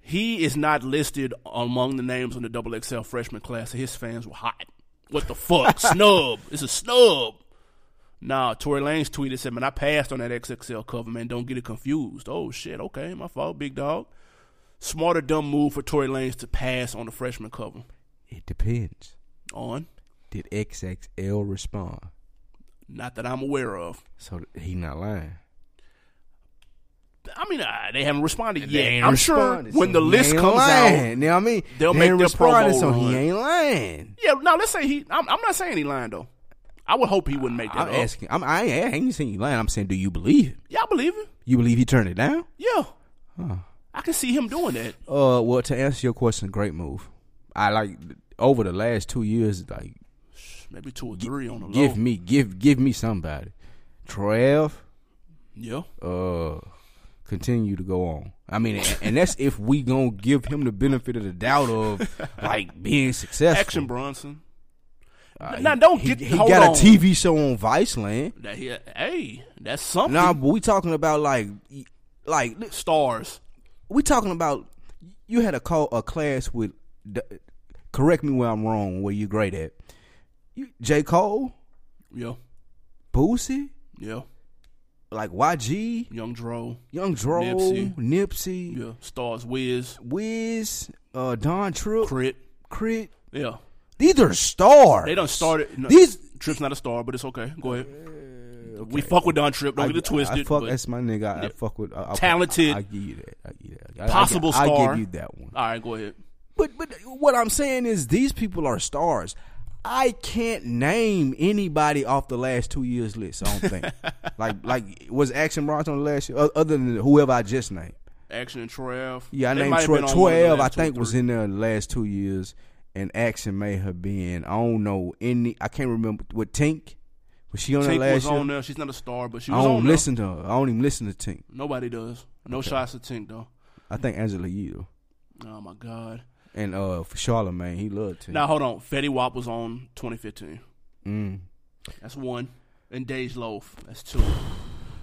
[SPEAKER 1] He is not listed among the names on the double XL freshman class. His fans were hot. What the fuck? snub. It's a snub. Nah, Tory Lanez tweeted said, "Man, I passed on that XXL cover. Man, don't get it confused. Oh shit. Okay, my fault, big dog. Smart or dumb move for Tory Lanez to pass on the freshman cover.
[SPEAKER 2] It depends.
[SPEAKER 1] On,
[SPEAKER 2] Did XXL respond?
[SPEAKER 1] not that I'm aware of.
[SPEAKER 2] So he not lying.
[SPEAKER 1] I mean, uh, they haven't responded
[SPEAKER 2] They
[SPEAKER 1] yet.
[SPEAKER 2] ain't
[SPEAKER 1] I'm sure
[SPEAKER 2] responded,
[SPEAKER 1] when
[SPEAKER 2] so
[SPEAKER 1] the
[SPEAKER 2] he
[SPEAKER 1] list
[SPEAKER 2] ain't
[SPEAKER 1] comes
[SPEAKER 2] lying.
[SPEAKER 1] out.
[SPEAKER 2] You know what I mean?
[SPEAKER 1] they'll
[SPEAKER 2] They
[SPEAKER 1] make
[SPEAKER 2] ain't
[SPEAKER 1] their Pro
[SPEAKER 2] responded,
[SPEAKER 1] Bowl
[SPEAKER 2] so
[SPEAKER 1] run.
[SPEAKER 2] he ain't lying.
[SPEAKER 1] Yeah, no, let's say he. I'm, I'm not saying he lying though. I would hope he wouldn't make that
[SPEAKER 2] I'm
[SPEAKER 1] up.
[SPEAKER 2] asking. I'm, I, ain't, I ain't saying you lying. I'm saying, do you believe him?
[SPEAKER 1] Y'all believe him?
[SPEAKER 2] You believe he turned it down?
[SPEAKER 1] Yeah. I can see him doing that.
[SPEAKER 2] Uh, well, to answer your question, great move. I like over the last two years, like
[SPEAKER 1] Maybe two or three on the low.
[SPEAKER 2] give me, give, give me somebody. Trev,
[SPEAKER 1] Yeah.
[SPEAKER 2] uh, continue to go on. I mean, and, and that's if we gonna give him the benefit of the doubt of like being successful.
[SPEAKER 1] Action Bronson.
[SPEAKER 2] Uh,
[SPEAKER 1] now don't
[SPEAKER 2] he,
[SPEAKER 1] get.
[SPEAKER 2] he
[SPEAKER 1] hold
[SPEAKER 2] got
[SPEAKER 1] on.
[SPEAKER 2] a TV show on Vice Land.
[SPEAKER 1] That he, hey, that's something.
[SPEAKER 2] Nah, but we talking about like, like
[SPEAKER 1] Stars.
[SPEAKER 2] we talking about you had a call a class with d- correct me where I'm wrong where you great at You, J. Cole,
[SPEAKER 1] Yeah.
[SPEAKER 2] Boosie,
[SPEAKER 1] Yeah.
[SPEAKER 2] like YG,
[SPEAKER 1] Young Dro.
[SPEAKER 2] Young Dro, Nipsey,
[SPEAKER 1] Nipsey. Yeah. Stars Wiz.
[SPEAKER 2] Wiz, uh, Don Tripp,
[SPEAKER 1] Crit.
[SPEAKER 2] Crit.
[SPEAKER 1] Yeah.
[SPEAKER 2] These are stars.
[SPEAKER 1] They done started. No,
[SPEAKER 2] These-
[SPEAKER 1] Trip's not a star, but it's okay. Go ahead. We fuck with Don Trip. Don't get it twisted.
[SPEAKER 2] I fuck,
[SPEAKER 1] but-
[SPEAKER 2] that's my nigga. I, I fuck with I, I-
[SPEAKER 1] Talented.
[SPEAKER 2] I, I give you that. I give you that. I- I-
[SPEAKER 1] Possible
[SPEAKER 2] I, I
[SPEAKER 1] star.
[SPEAKER 2] give you that one.
[SPEAKER 1] all right, go ahead.
[SPEAKER 2] But but what I'm saying is these people are stars. I can't name anybody off the last two years list. I don't think. like like was Action Bronson on the last year, o- other than whoever I just named.
[SPEAKER 1] Action and Trav.
[SPEAKER 2] Yeah, I
[SPEAKER 1] They
[SPEAKER 2] named
[SPEAKER 1] might have
[SPEAKER 2] Troy
[SPEAKER 1] been on one of the
[SPEAKER 2] Twelve. I
[SPEAKER 1] last two or
[SPEAKER 2] think was
[SPEAKER 1] three.
[SPEAKER 2] in there the last two years, and Action may have been. I don't know any. I can't remember what Tink was she on
[SPEAKER 1] Tink
[SPEAKER 2] the last
[SPEAKER 1] was
[SPEAKER 2] year.
[SPEAKER 1] on there. She's not a star, but she
[SPEAKER 2] I
[SPEAKER 1] was
[SPEAKER 2] don't
[SPEAKER 1] on there.
[SPEAKER 2] listen to her. I don't even listen to Tink.
[SPEAKER 1] Nobody does. No shots to Tink though.
[SPEAKER 2] I think Angela Yee
[SPEAKER 1] Oh my god.
[SPEAKER 2] and uh for Charlamagne, he loved Tink.
[SPEAKER 1] Now hold on. Fetty Wap was on 2015.
[SPEAKER 2] Mm.
[SPEAKER 1] That's one. And Dej Loaf. That's two.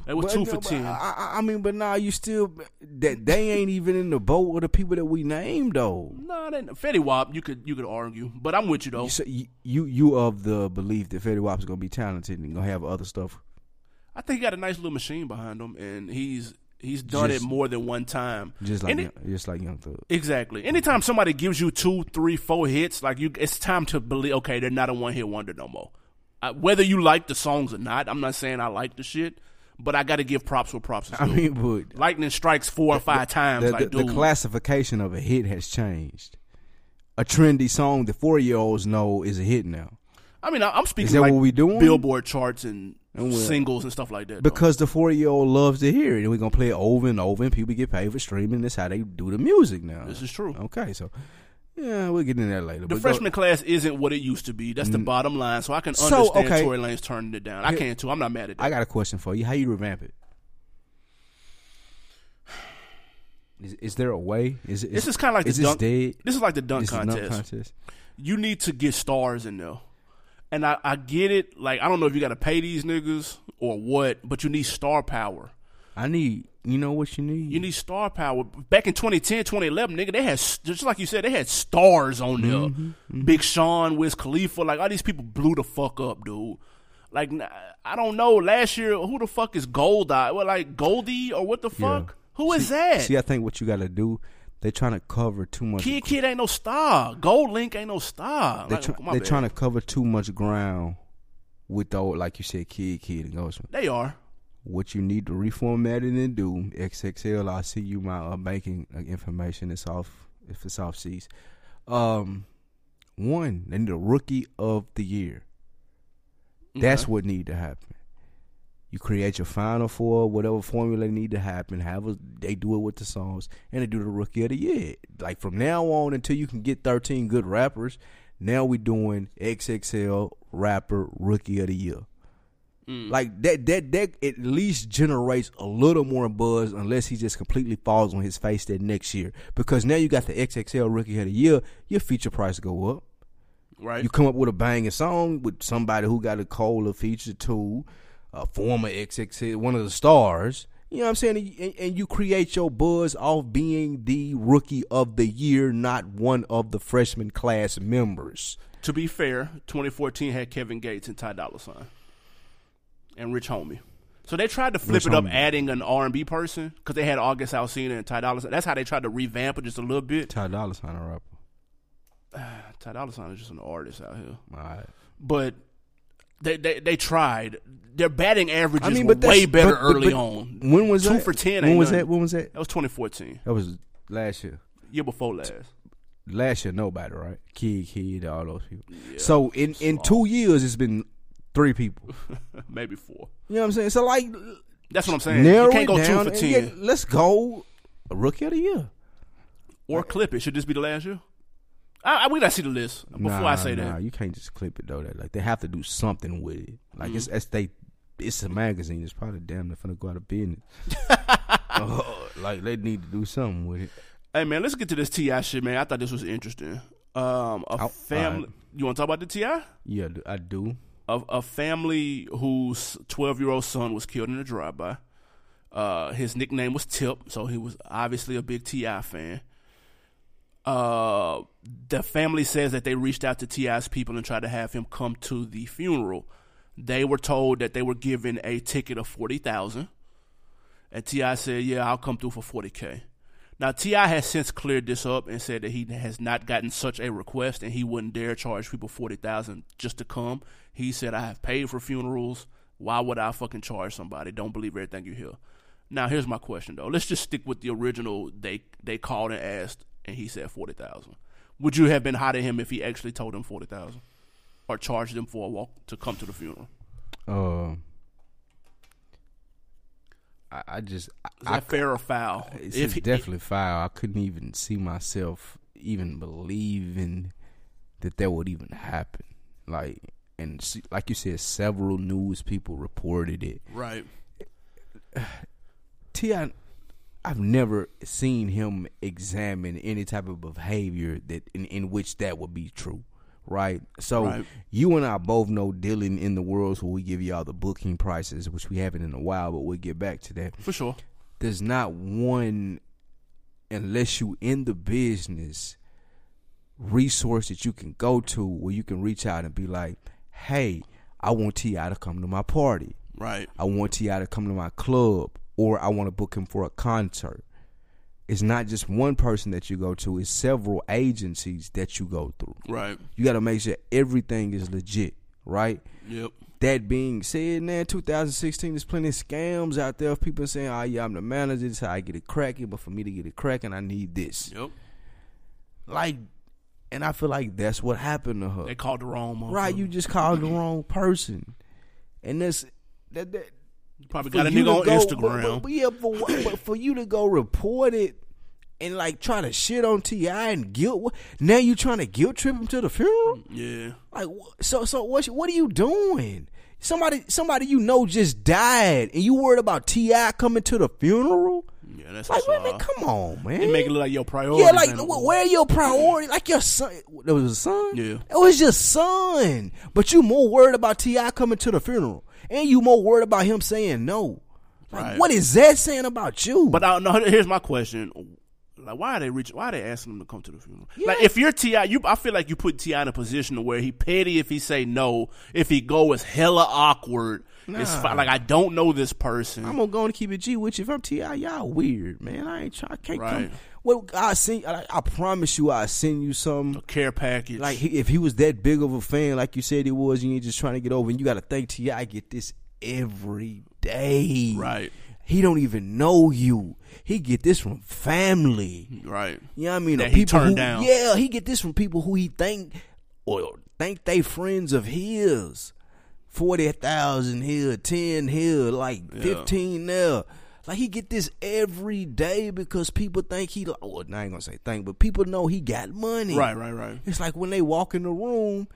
[SPEAKER 1] They were
[SPEAKER 2] But
[SPEAKER 1] two
[SPEAKER 2] no,
[SPEAKER 1] for
[SPEAKER 2] but
[SPEAKER 1] ten.
[SPEAKER 2] I, I- I mean, but now you still that they ain't even in the boat with the people that we named though.
[SPEAKER 1] No, they, Fetty Wap. You could you could argue, but I'm with you though.
[SPEAKER 2] You say- you you, you of the belief that Fetty Wap's gonna be talented and gonna have other stuff.
[SPEAKER 1] I think he got a nice little machine behind him, and he's he's done
[SPEAKER 2] Just-
[SPEAKER 1] it more than one time.
[SPEAKER 2] Just like
[SPEAKER 1] And
[SPEAKER 2] young, just like Young Thug.
[SPEAKER 1] Exactly. Anytime somebody gives you two, three, four hits, like you, it's time to believe. Okay, they're not a one hit wonder no more. I, whether you like the songs or not, I'm not saying I like the shit, but I got to give props for props.
[SPEAKER 2] I mean, but
[SPEAKER 1] Lightning strikes four or five times.
[SPEAKER 2] the,
[SPEAKER 1] like,
[SPEAKER 2] the, the
[SPEAKER 1] dude,
[SPEAKER 2] classification of a hit has changed. A trendy song that four year olds know is a hit now
[SPEAKER 1] I mean, I, I'm
[SPEAKER 2] Is
[SPEAKER 1] speaking
[SPEAKER 2] that
[SPEAKER 1] like
[SPEAKER 2] what we doing?
[SPEAKER 1] Billboard charts and
[SPEAKER 2] And what?
[SPEAKER 1] singles and stuff like that. though.
[SPEAKER 2] because the four year old loves to hear it, and we're gonna play it over and over, and people get paid for streaming. That's how they do the music now.
[SPEAKER 1] this is true.
[SPEAKER 2] Okay, so yeah, we'll get into that later.
[SPEAKER 1] The
[SPEAKER 2] but go-
[SPEAKER 1] freshman class isn't what it used to be. That's the bottom line. So I can
[SPEAKER 2] So,
[SPEAKER 1] understand
[SPEAKER 2] okay.
[SPEAKER 1] Tory Lane's turning it down. I can too. I'm not mad at that.
[SPEAKER 2] I got a question for you. How you revamp it? Is, is there a way? Is, is
[SPEAKER 1] this is kind of like
[SPEAKER 2] is
[SPEAKER 1] the
[SPEAKER 2] this
[SPEAKER 1] dunk.
[SPEAKER 2] dead?
[SPEAKER 1] This is like the dunk
[SPEAKER 2] Is this a
[SPEAKER 1] contest.
[SPEAKER 2] dunk contest?
[SPEAKER 1] you need to get stars in there. And I, I get it. Like, I don't know if you got to pay these niggas or what, but you need star power.
[SPEAKER 2] I need. You know what you need.
[SPEAKER 1] You need star power. Back in 2010, 2011, nigga, they had, s- just like you said, they had stars on there.
[SPEAKER 2] Mm-hmm,
[SPEAKER 1] Big Sean, Wiz Khalifa, like, all these people blew the fuck up, dude. Like, n- I don't know. Last year, who the fuck is Goldie? Well, like, Goldie or what the fuck? Who is that?
[SPEAKER 2] See, I think what you got to do. They're trying to cover too much.
[SPEAKER 1] Kid Kid ain't no star. Gold Link ain't no star.
[SPEAKER 2] they're
[SPEAKER 1] Like,
[SPEAKER 2] try-
[SPEAKER 1] my
[SPEAKER 2] they're
[SPEAKER 1] bad.
[SPEAKER 2] trying to cover too much ground with the old, like you said, kid, kid, and Ghostman.
[SPEAKER 1] They are.
[SPEAKER 2] What you need to reformat it and do, XXL. I see you my uh, banking uh, information. It's off if it's off seas. Um, one, they need a rookie of the year. That's what need to happen. You create your final four, whatever formula need to happen. Have a, they do it with the songs, and they do the rookie of the year. Like from now on until you can get thirteen good rappers. Now we doing XXL rapper rookie of the year. Mm-hmm. Like that, that, that at least generates a little more buzz, unless he just completely falls on his face that next year. Because now you got the XXL rookie of the year, your feature price go up.
[SPEAKER 1] Right.
[SPEAKER 2] You come up with a banging song with somebody who got a cola feature too, a former XX, one of the stars. You know what I'm saying? And- And, and you create your buzz off being the rookie of the year, not one of the freshman class members.
[SPEAKER 1] To be fair, 2014 had Kevin Gates and Ty Dolla Sign and Rich Homie. So they tried to flip
[SPEAKER 2] Rich
[SPEAKER 1] it up,
[SPEAKER 2] Homie.
[SPEAKER 1] adding an R and B person because they had August Alsina and Ty Dolla Sign. That's how they tried to revamp it just a little bit.
[SPEAKER 2] Ty Dolla Sign a rapper.
[SPEAKER 1] Ty Dolla Sign is just an artist out here,
[SPEAKER 2] All right.
[SPEAKER 1] but they they, they tried. Their batting averages
[SPEAKER 2] I mean,
[SPEAKER 1] were
[SPEAKER 2] but that's-
[SPEAKER 1] way better
[SPEAKER 2] but- but-
[SPEAKER 1] early
[SPEAKER 2] but
[SPEAKER 1] on.
[SPEAKER 2] When was
[SPEAKER 1] two
[SPEAKER 2] that?
[SPEAKER 1] for ten?
[SPEAKER 2] When
[SPEAKER 1] ain't
[SPEAKER 2] was
[SPEAKER 1] nothing.
[SPEAKER 2] that? When was that?
[SPEAKER 1] That was 2014,
[SPEAKER 2] That was last year.
[SPEAKER 1] year before last.
[SPEAKER 2] Last year, nobody, right? Kid, kid, all those people. so in in two years, it's been three people.
[SPEAKER 1] Maybe four.
[SPEAKER 2] You know what I'm saying? So like,
[SPEAKER 1] That's what I'm saying.
[SPEAKER 2] narrow
[SPEAKER 1] you can't go
[SPEAKER 2] it down
[SPEAKER 1] two for
[SPEAKER 2] and
[SPEAKER 1] ten
[SPEAKER 2] yeah, let's go a rookie of the year.
[SPEAKER 1] or clip it. Should this be the last year? I, I we gotta see the list before
[SPEAKER 2] nah,
[SPEAKER 1] I say
[SPEAKER 2] nah,
[SPEAKER 1] that.
[SPEAKER 2] you can't just clip it though. That like they have to do something with it. Like it's
[SPEAKER 1] Mm-hmm.
[SPEAKER 2] as they, it's a magazine. It's probably damn near finna go out of business. Uh, like they need to do something with it.
[SPEAKER 1] Hey man, let's get to this Ti shit, man. I thought this was interesting. Um, a
[SPEAKER 2] Oh,
[SPEAKER 1] family.
[SPEAKER 2] alright.
[SPEAKER 1] You want to talk about the Ti?
[SPEAKER 2] Yeah, I do.
[SPEAKER 1] A, a family whose twelve-year-old son was killed in a drive-by. Uh, his nickname was Tip, so he was obviously a big Ti fan. Uh, the family says that they reached out to Ti's people and tried to have him come to the funeral. They were told that they were given a ticket of forty thousand, and Ti said, "Yeah, I'll come through for forty k." Now Ti has since cleared this up and said that he has not gotten such a request, and he wouldn't dare charge people forty thousand just to come. He said, "I have paid for funerals. Why would I fucking charge somebody? Don't believe everything you hear." Now here's my question though. Let's just stick with the original. They they called and asked, and he said forty thousand. Would you have been hot at him if he actually told them forty thousand, or charged them for a walk to come to the funeral?
[SPEAKER 2] Uh, I, I just I,
[SPEAKER 1] Is that fair or foul?
[SPEAKER 2] It's
[SPEAKER 1] If
[SPEAKER 2] just
[SPEAKER 1] he-
[SPEAKER 2] definitely foul. I couldn't even see myself even believing that that would even happen. Like and see, like you said, several news people reported it.
[SPEAKER 1] right,
[SPEAKER 2] Ti, I've never seen him examine any type of behavior that in, in which that would be true. Right, so
[SPEAKER 1] Right.
[SPEAKER 2] you and I both know dealing in the worlds where we give y'all the booking prices, which we haven't in a while, but we'll get back to that
[SPEAKER 1] for sure.
[SPEAKER 2] there's not one unless you in the business resource that you can go to where you can reach out and be like hey i want ti to come to my party
[SPEAKER 1] Right,
[SPEAKER 2] i want ti to come to my club or i want to book him for a concert it's not just one person that you go to it's several agencies that you go through
[SPEAKER 1] right,
[SPEAKER 2] you got to make sure everything is legit right
[SPEAKER 1] yep,
[SPEAKER 2] that being said, man, 2016, there's plenty of scams out there of people saying, oh, yeah, I'm the manager. This is how I get it cracking. But for me to get it cracking, I need this.
[SPEAKER 1] yep.
[SPEAKER 2] Like, and I feel like that's what happened to her.
[SPEAKER 1] They called the wrong motherfucker.
[SPEAKER 2] right? You just called the wrong person. And that's, that, that,
[SPEAKER 1] You probably
[SPEAKER 2] for
[SPEAKER 1] got a
[SPEAKER 2] you
[SPEAKER 1] nigga
[SPEAKER 2] to
[SPEAKER 1] on
[SPEAKER 2] go-
[SPEAKER 1] Instagram.
[SPEAKER 2] But, but- but yeah, for what- but for you to go report it and like try to shit on Ti and guilt, now you trying to guilt trip him to the funeral?
[SPEAKER 1] yeah,
[SPEAKER 2] Like wh- so, so what? you- What are you doing? Somebody, somebody you know just died, and you worried about Ti coming to the funeral?
[SPEAKER 1] yeah, that's
[SPEAKER 2] Like,
[SPEAKER 1] that's
[SPEAKER 2] wait, man,
[SPEAKER 1] wild.
[SPEAKER 2] come on, man.
[SPEAKER 1] You make it look like your priority.
[SPEAKER 2] yeah, like wh- where are your priority? Like your son, that was a son.
[SPEAKER 1] Yeah.
[SPEAKER 2] it was your son. But you more worried about Ti coming to the funeral, and you more worried about him saying no. Like,
[SPEAKER 1] Right.
[SPEAKER 2] what is that saying about you?
[SPEAKER 1] But I, no, here's my question: Like, why are they reach? Why are they asking him to come to the funeral? Like,
[SPEAKER 2] Yeah.
[SPEAKER 1] if you're Ti, you I feel like you put Ti in a position to where he petty if he say no. If he go, it's hella awkward. It's
[SPEAKER 2] Nah.
[SPEAKER 1] fi- like I don't know this person.
[SPEAKER 2] I'm gonna go and keep it G with you. If I'm Ti, y'all weird, man. I ain't try. I can't
[SPEAKER 1] Right.
[SPEAKER 2] come. Well, I send. I, I promise you, I send you some.
[SPEAKER 1] care package.
[SPEAKER 2] Like he, if he was that big of a fan, like you said he was, and you're just trying to get over, and you got to think Ti get this every day.
[SPEAKER 1] Right.
[SPEAKER 2] He don't even know you. He get this from family.
[SPEAKER 1] right,
[SPEAKER 2] You know what I mean?
[SPEAKER 1] That
[SPEAKER 2] Or
[SPEAKER 1] he turned
[SPEAKER 2] who,
[SPEAKER 1] down.
[SPEAKER 2] Yeah, he get this from people who he think or think they friends of his. Forty thousand here, ten here, like fifteen there. Like he get this every day because people think he. Like, well, I ain't gonna say think, but people know he got money.
[SPEAKER 1] right, right, right.
[SPEAKER 2] It's like when they walk in the room,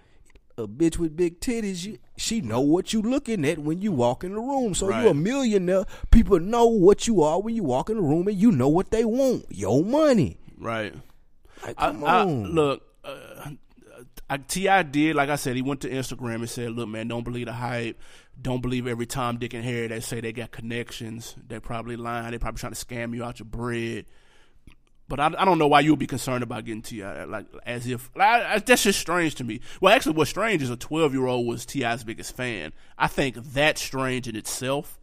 [SPEAKER 2] a bitch with big titties, you, she know what you looking at when you walk in the room. So
[SPEAKER 1] Right.
[SPEAKER 2] you a millionaire, people know what you are when you walk in the room, and you know what they want, your money.
[SPEAKER 1] Right.
[SPEAKER 2] Like,
[SPEAKER 1] I,
[SPEAKER 2] come
[SPEAKER 1] I-
[SPEAKER 2] on,
[SPEAKER 1] look, uh, I, Ti did like I said. He went to Instagram and said, "Look, man, don't believe the hype. Don't believe every Tom, Dick, and Harry that say they got connections. They probably lying. They probably trying to scam you out your bread." But I, I don't know why you would be concerned about getting Ti like as if like, I, I- that's just strange to me. Well, actually, what's strange is a twelve year old was Ti's biggest fan. I think that's strange in itself.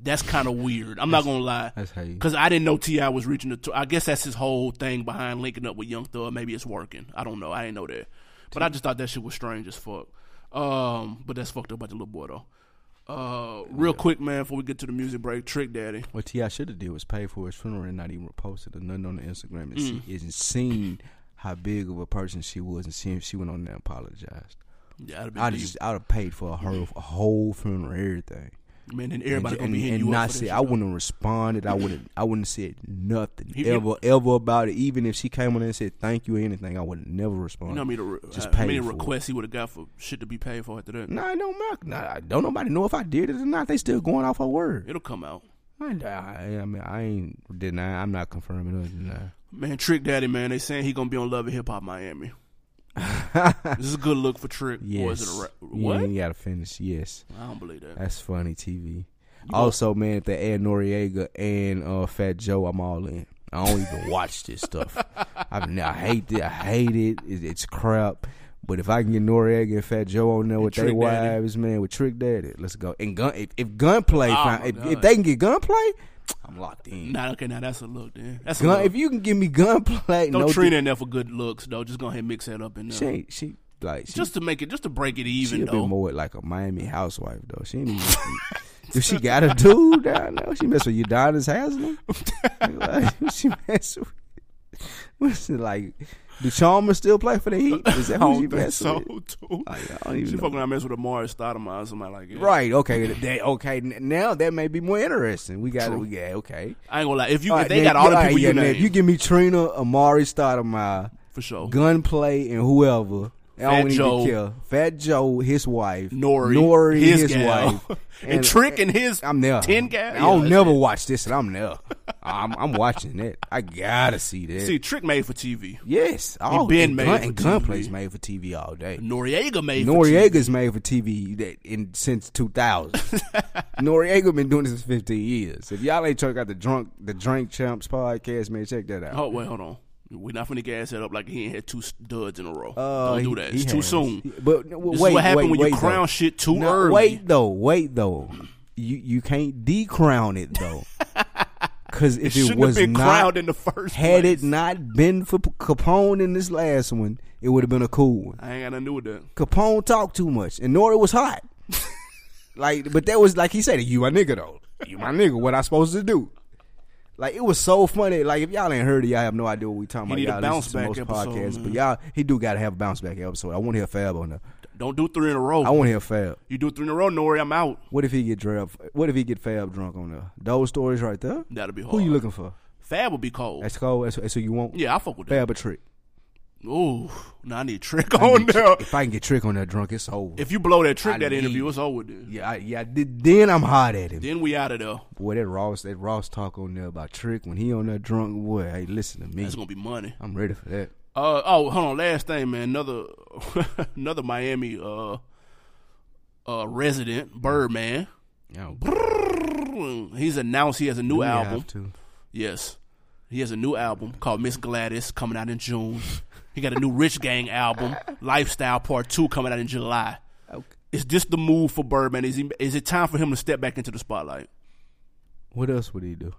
[SPEAKER 1] That's kind of weird. I'm not gonna lie.
[SPEAKER 2] that's how you-
[SPEAKER 1] Because I didn't know Ti was reaching the. T- I guess that's his whole thing behind linking up with Young Thug. Maybe it's working. I don't know. I didn't know that. But I just thought that shit was strange as fuck. Um, but that's fucked up about the little boy though. Uh, real quick, man, before we get to the music break, Trick Daddy.
[SPEAKER 2] What Ti should have did was pay for his funeral and not even posted or nothing on the Instagram, and
[SPEAKER 1] Mm.
[SPEAKER 2] she isn't seen how big of a person she was, and seeing she went on there and apologized.
[SPEAKER 1] Yeah, that'd be
[SPEAKER 2] I'd
[SPEAKER 1] deep.
[SPEAKER 2] just I'd have paid for her whole funeral, everything.
[SPEAKER 1] man. Then everybody
[SPEAKER 2] and,
[SPEAKER 1] gonna be
[SPEAKER 2] and-
[SPEAKER 1] hitting
[SPEAKER 2] and
[SPEAKER 1] you
[SPEAKER 2] not
[SPEAKER 1] up. for
[SPEAKER 2] say
[SPEAKER 1] that
[SPEAKER 2] I
[SPEAKER 1] shit, though.
[SPEAKER 2] wouldn't have responded. I wouldn't. I wouldn't said nothing
[SPEAKER 1] He-
[SPEAKER 2] ever, ever about it. Even if she came on and said thank you or anything, I would have never
[SPEAKER 1] You
[SPEAKER 2] responded.
[SPEAKER 1] know how many, re- uh,
[SPEAKER 2] Just
[SPEAKER 1] how many
[SPEAKER 2] paid for it.
[SPEAKER 1] requests he would have got for shit to be paid for after that?
[SPEAKER 2] Nah, it don't matter. Nah, I- don't nobody know if I did it or not. They still going off her word.
[SPEAKER 1] It'll come out.
[SPEAKER 2] I, I, I mean, I ain't deny. I'm not confirming or denying.
[SPEAKER 1] Man, Trick Daddy, man, they saying he gonna be on Love and Hip Hop Miami. this is a good look for Trick. Or is
[SPEAKER 2] Yes. Mm.
[SPEAKER 1] it a ra-
[SPEAKER 2] You
[SPEAKER 1] what?
[SPEAKER 2] ain't gotta finish. Yes,
[SPEAKER 1] I don't believe that.
[SPEAKER 2] that's funny TV. Also, man, if they add Noriega and uh, Fat Joe, I'm all in. I don't even watch this stuff. I, mean, I hate it. I hate it. it. It's crap. But if I can get Noriega and Fat Joe on there with their
[SPEAKER 1] Trick Daddy.
[SPEAKER 2] wives, man, with Trick Daddy, let's go. And gun, if, if gunplay,
[SPEAKER 1] Oh,
[SPEAKER 2] fin-
[SPEAKER 1] my
[SPEAKER 2] if, if
[SPEAKER 1] God.
[SPEAKER 2] they can get gunplay, I'm locked in.
[SPEAKER 1] Nah, okay, now that's a look, then. That's a
[SPEAKER 2] Gun,
[SPEAKER 1] look.
[SPEAKER 2] if you can give me gunplay,
[SPEAKER 1] Don't
[SPEAKER 2] no
[SPEAKER 1] treat it in there for good looks, though. Just go ahead and mix that up in
[SPEAKER 2] She
[SPEAKER 1] there.
[SPEAKER 2] ain't, she like she,
[SPEAKER 1] Just to make it, just to break it
[SPEAKER 2] she
[SPEAKER 1] even,
[SPEAKER 2] a bit
[SPEAKER 1] though.
[SPEAKER 2] more like a Miami housewife though. She ain't even, if she got a dude down there, she mess with Udonis Haslam. like, she mess with. What's it like? Do Chalmers still play for the Heat? Is that
[SPEAKER 1] I
[SPEAKER 2] who
[SPEAKER 1] don't
[SPEAKER 2] she
[SPEAKER 1] think
[SPEAKER 2] mess
[SPEAKER 1] so,
[SPEAKER 2] with?
[SPEAKER 1] too.
[SPEAKER 2] Like, I don't
[SPEAKER 1] She
[SPEAKER 2] even know.
[SPEAKER 1] fucking around mess with Amari Stoudemire or somebody like that.
[SPEAKER 2] Right? Okay. That, okay. n- Now that may be more interesting. We got. it.
[SPEAKER 1] True.
[SPEAKER 2] We got. Okay.
[SPEAKER 1] I ain't gonna lie. If you,
[SPEAKER 2] All
[SPEAKER 1] if
[SPEAKER 2] right,
[SPEAKER 1] they
[SPEAKER 2] now-
[SPEAKER 1] got all the
[SPEAKER 2] all right,
[SPEAKER 1] people
[SPEAKER 2] yeah,
[SPEAKER 1] you
[SPEAKER 2] now
[SPEAKER 1] named,
[SPEAKER 2] If you give me Trina, Amari Stoudemire,
[SPEAKER 1] for sure.
[SPEAKER 2] Gunplay and whoever. I
[SPEAKER 1] Fat
[SPEAKER 2] don't
[SPEAKER 1] Joe.
[SPEAKER 2] even care. Fat Joe, his wife,
[SPEAKER 1] Nori,
[SPEAKER 2] Nori, his,
[SPEAKER 1] his, gal,
[SPEAKER 2] wife,
[SPEAKER 1] and, Trick and his
[SPEAKER 2] I'm there.
[SPEAKER 1] ten gal.
[SPEAKER 2] I don't
[SPEAKER 1] Yeah,
[SPEAKER 2] never watch this, and I'm there. I'm, I'm watching that. I gotta see that.
[SPEAKER 1] See, Trick made for TV.
[SPEAKER 2] yes, all
[SPEAKER 1] been
[SPEAKER 2] and
[SPEAKER 1] made
[SPEAKER 2] gun,
[SPEAKER 1] for
[SPEAKER 2] and
[SPEAKER 1] TV.
[SPEAKER 2] Gunplay's made for TV all day.
[SPEAKER 1] Noriega made for TV.
[SPEAKER 2] Noriega's made for TV that in since 2000. Noriega been doing this for 15 years. If y'all ain't checked out the drunk the Drink Champs podcast, man, check that out.
[SPEAKER 1] Oh wait, hold on. We're not finna gas that up like he ain't had two duds in a row.
[SPEAKER 2] Uh,
[SPEAKER 1] don't
[SPEAKER 2] he-
[SPEAKER 1] do that.
[SPEAKER 2] he
[SPEAKER 1] It's too
[SPEAKER 2] has.
[SPEAKER 1] soon.
[SPEAKER 2] He- But no,
[SPEAKER 1] This
[SPEAKER 2] wait,
[SPEAKER 1] is what happened
[SPEAKER 2] wait,
[SPEAKER 1] when you
[SPEAKER 2] wait,
[SPEAKER 1] crown
[SPEAKER 2] though.
[SPEAKER 1] shit too
[SPEAKER 2] No,
[SPEAKER 1] early.
[SPEAKER 2] Wait though, wait though. You you can't decrown it though, because if it,
[SPEAKER 1] Shouldn't
[SPEAKER 2] was
[SPEAKER 1] have been
[SPEAKER 2] not
[SPEAKER 1] crowned in the first
[SPEAKER 2] had
[SPEAKER 1] place.
[SPEAKER 2] it not been for P- Capone in this last one, it would have been a cool one.
[SPEAKER 1] I ain't got nothing to do with that.
[SPEAKER 2] Capone talked too much, and Nori was hot. like, but that was like he said, "You my nigga though. You my nigga. What I supposed to do?" Like it was so funny. Like if y'all ain't heard it, y'all have no idea what we talking
[SPEAKER 1] He need a
[SPEAKER 2] about. Y'all
[SPEAKER 1] bounce
[SPEAKER 2] listen to
[SPEAKER 1] back episode,
[SPEAKER 2] but y'all he do gotta have a bounce back episode. I want to hear Fab on there.
[SPEAKER 1] Don't do three in a row.
[SPEAKER 2] I want to hear Fab.
[SPEAKER 1] you do three in a row, Nori, I'm out.
[SPEAKER 2] What if he get drab? What if he get Fab drunk on there? Those stories right there.
[SPEAKER 1] That'll be hard.
[SPEAKER 2] Who you looking for?
[SPEAKER 1] Fab would be cold.
[SPEAKER 2] That's cold. That's, that's who you want.
[SPEAKER 1] yeah, I fuck with that.
[SPEAKER 2] Fab a trick.
[SPEAKER 1] Ooh, now I need trick
[SPEAKER 2] I
[SPEAKER 1] on
[SPEAKER 2] need Trick.
[SPEAKER 1] there.
[SPEAKER 2] If I can get trick on that drunk, it's over.
[SPEAKER 1] If you blow that
[SPEAKER 2] I
[SPEAKER 1] trick that
[SPEAKER 2] need-
[SPEAKER 1] interview, it's over. Then,
[SPEAKER 2] yeah, I, yeah. I did- Then I'm hot at him.
[SPEAKER 1] then we out of there.
[SPEAKER 2] Boy, that Ross, that Ross talk on there about Trick when he on that drunk boy. Hey, listen to me.
[SPEAKER 1] It's gonna be money.
[SPEAKER 2] I'm ready for that.
[SPEAKER 1] Uh oh, hold on. Last thing, man. Another another Miami uh uh resident Birdman.
[SPEAKER 2] Yeah,
[SPEAKER 1] He's announced he has a new
[SPEAKER 2] we
[SPEAKER 1] album.
[SPEAKER 2] have to.
[SPEAKER 1] Yes, he has a new album called Miss Gladys coming out in June. he got a new Rich Gang album, Lifestyle Part Two, coming out in July.
[SPEAKER 2] Okay.
[SPEAKER 1] Is this the move for Birdman? Is he, is it time for him to step back into the spotlight?
[SPEAKER 2] What else would he do?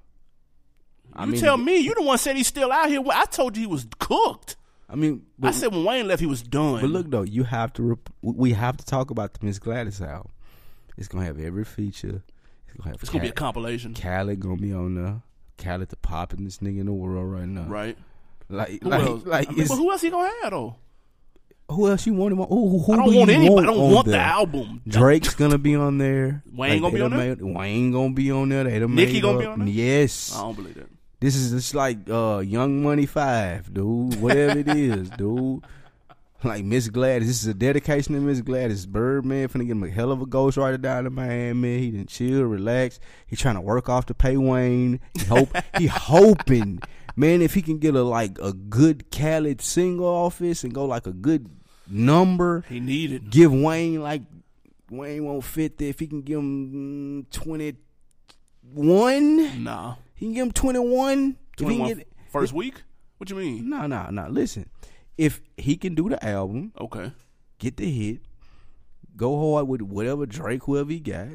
[SPEAKER 2] I
[SPEAKER 1] you
[SPEAKER 2] mean,
[SPEAKER 1] tell me. You the one said he's still out here. Well, I told you he was cooked.
[SPEAKER 2] I mean,
[SPEAKER 1] I
[SPEAKER 2] but,
[SPEAKER 1] said when Wayne left, he was done.
[SPEAKER 2] but look though, you have to. Rep- we have to talk about the Miss Gladys album. It's gonna have every feature. It's gonna have.
[SPEAKER 1] it's gonna be a compilation,
[SPEAKER 2] Khaled gonna be on there. Khaled the poppin'est nigga in the world right now.
[SPEAKER 1] right?
[SPEAKER 2] Like,
[SPEAKER 1] Who
[SPEAKER 2] like,
[SPEAKER 1] else?
[SPEAKER 2] like,
[SPEAKER 1] I mean,
[SPEAKER 2] it's-
[SPEAKER 1] but who else he gonna have though?
[SPEAKER 2] who else you want him on? Who, who, who
[SPEAKER 1] I don't
[SPEAKER 2] do
[SPEAKER 1] want
[SPEAKER 2] you
[SPEAKER 1] anybody.
[SPEAKER 2] Want
[SPEAKER 1] I don't
[SPEAKER 2] on
[SPEAKER 1] want the
[SPEAKER 2] there?
[SPEAKER 1] album.
[SPEAKER 2] Drake's gonna be on there.
[SPEAKER 1] Wayne gonna be on there?
[SPEAKER 2] Made, Wayne gonna be on there. They done
[SPEAKER 1] Nicki
[SPEAKER 2] made
[SPEAKER 1] gonna
[SPEAKER 2] up.
[SPEAKER 1] be on there?
[SPEAKER 2] Yes.
[SPEAKER 1] I don't believe that.
[SPEAKER 2] This is just like uh, Young Money Five, dude. Whatever it is, dude. Like Miss Gladys, this is a dedication to Miss Gladys. Birdman finna give him a hell of a ghostwriter down in Miami. He didn't chill, relax. He trying to work off to pay Wayne. He hope he hoping, man, if he can get a like a good Khaled single office and go like a good number
[SPEAKER 1] He needed.
[SPEAKER 2] give Wayne like Wayne won't fit there. If he can give him mm, twenty one,
[SPEAKER 1] Nah.
[SPEAKER 2] he can give him twenty one. If he
[SPEAKER 1] 21
[SPEAKER 2] can get
[SPEAKER 1] first week? What you mean?
[SPEAKER 2] no, no, no. Listen, if he can do the album,
[SPEAKER 1] Okay.
[SPEAKER 2] get the hit, go hard with whatever Drake, whoever he got.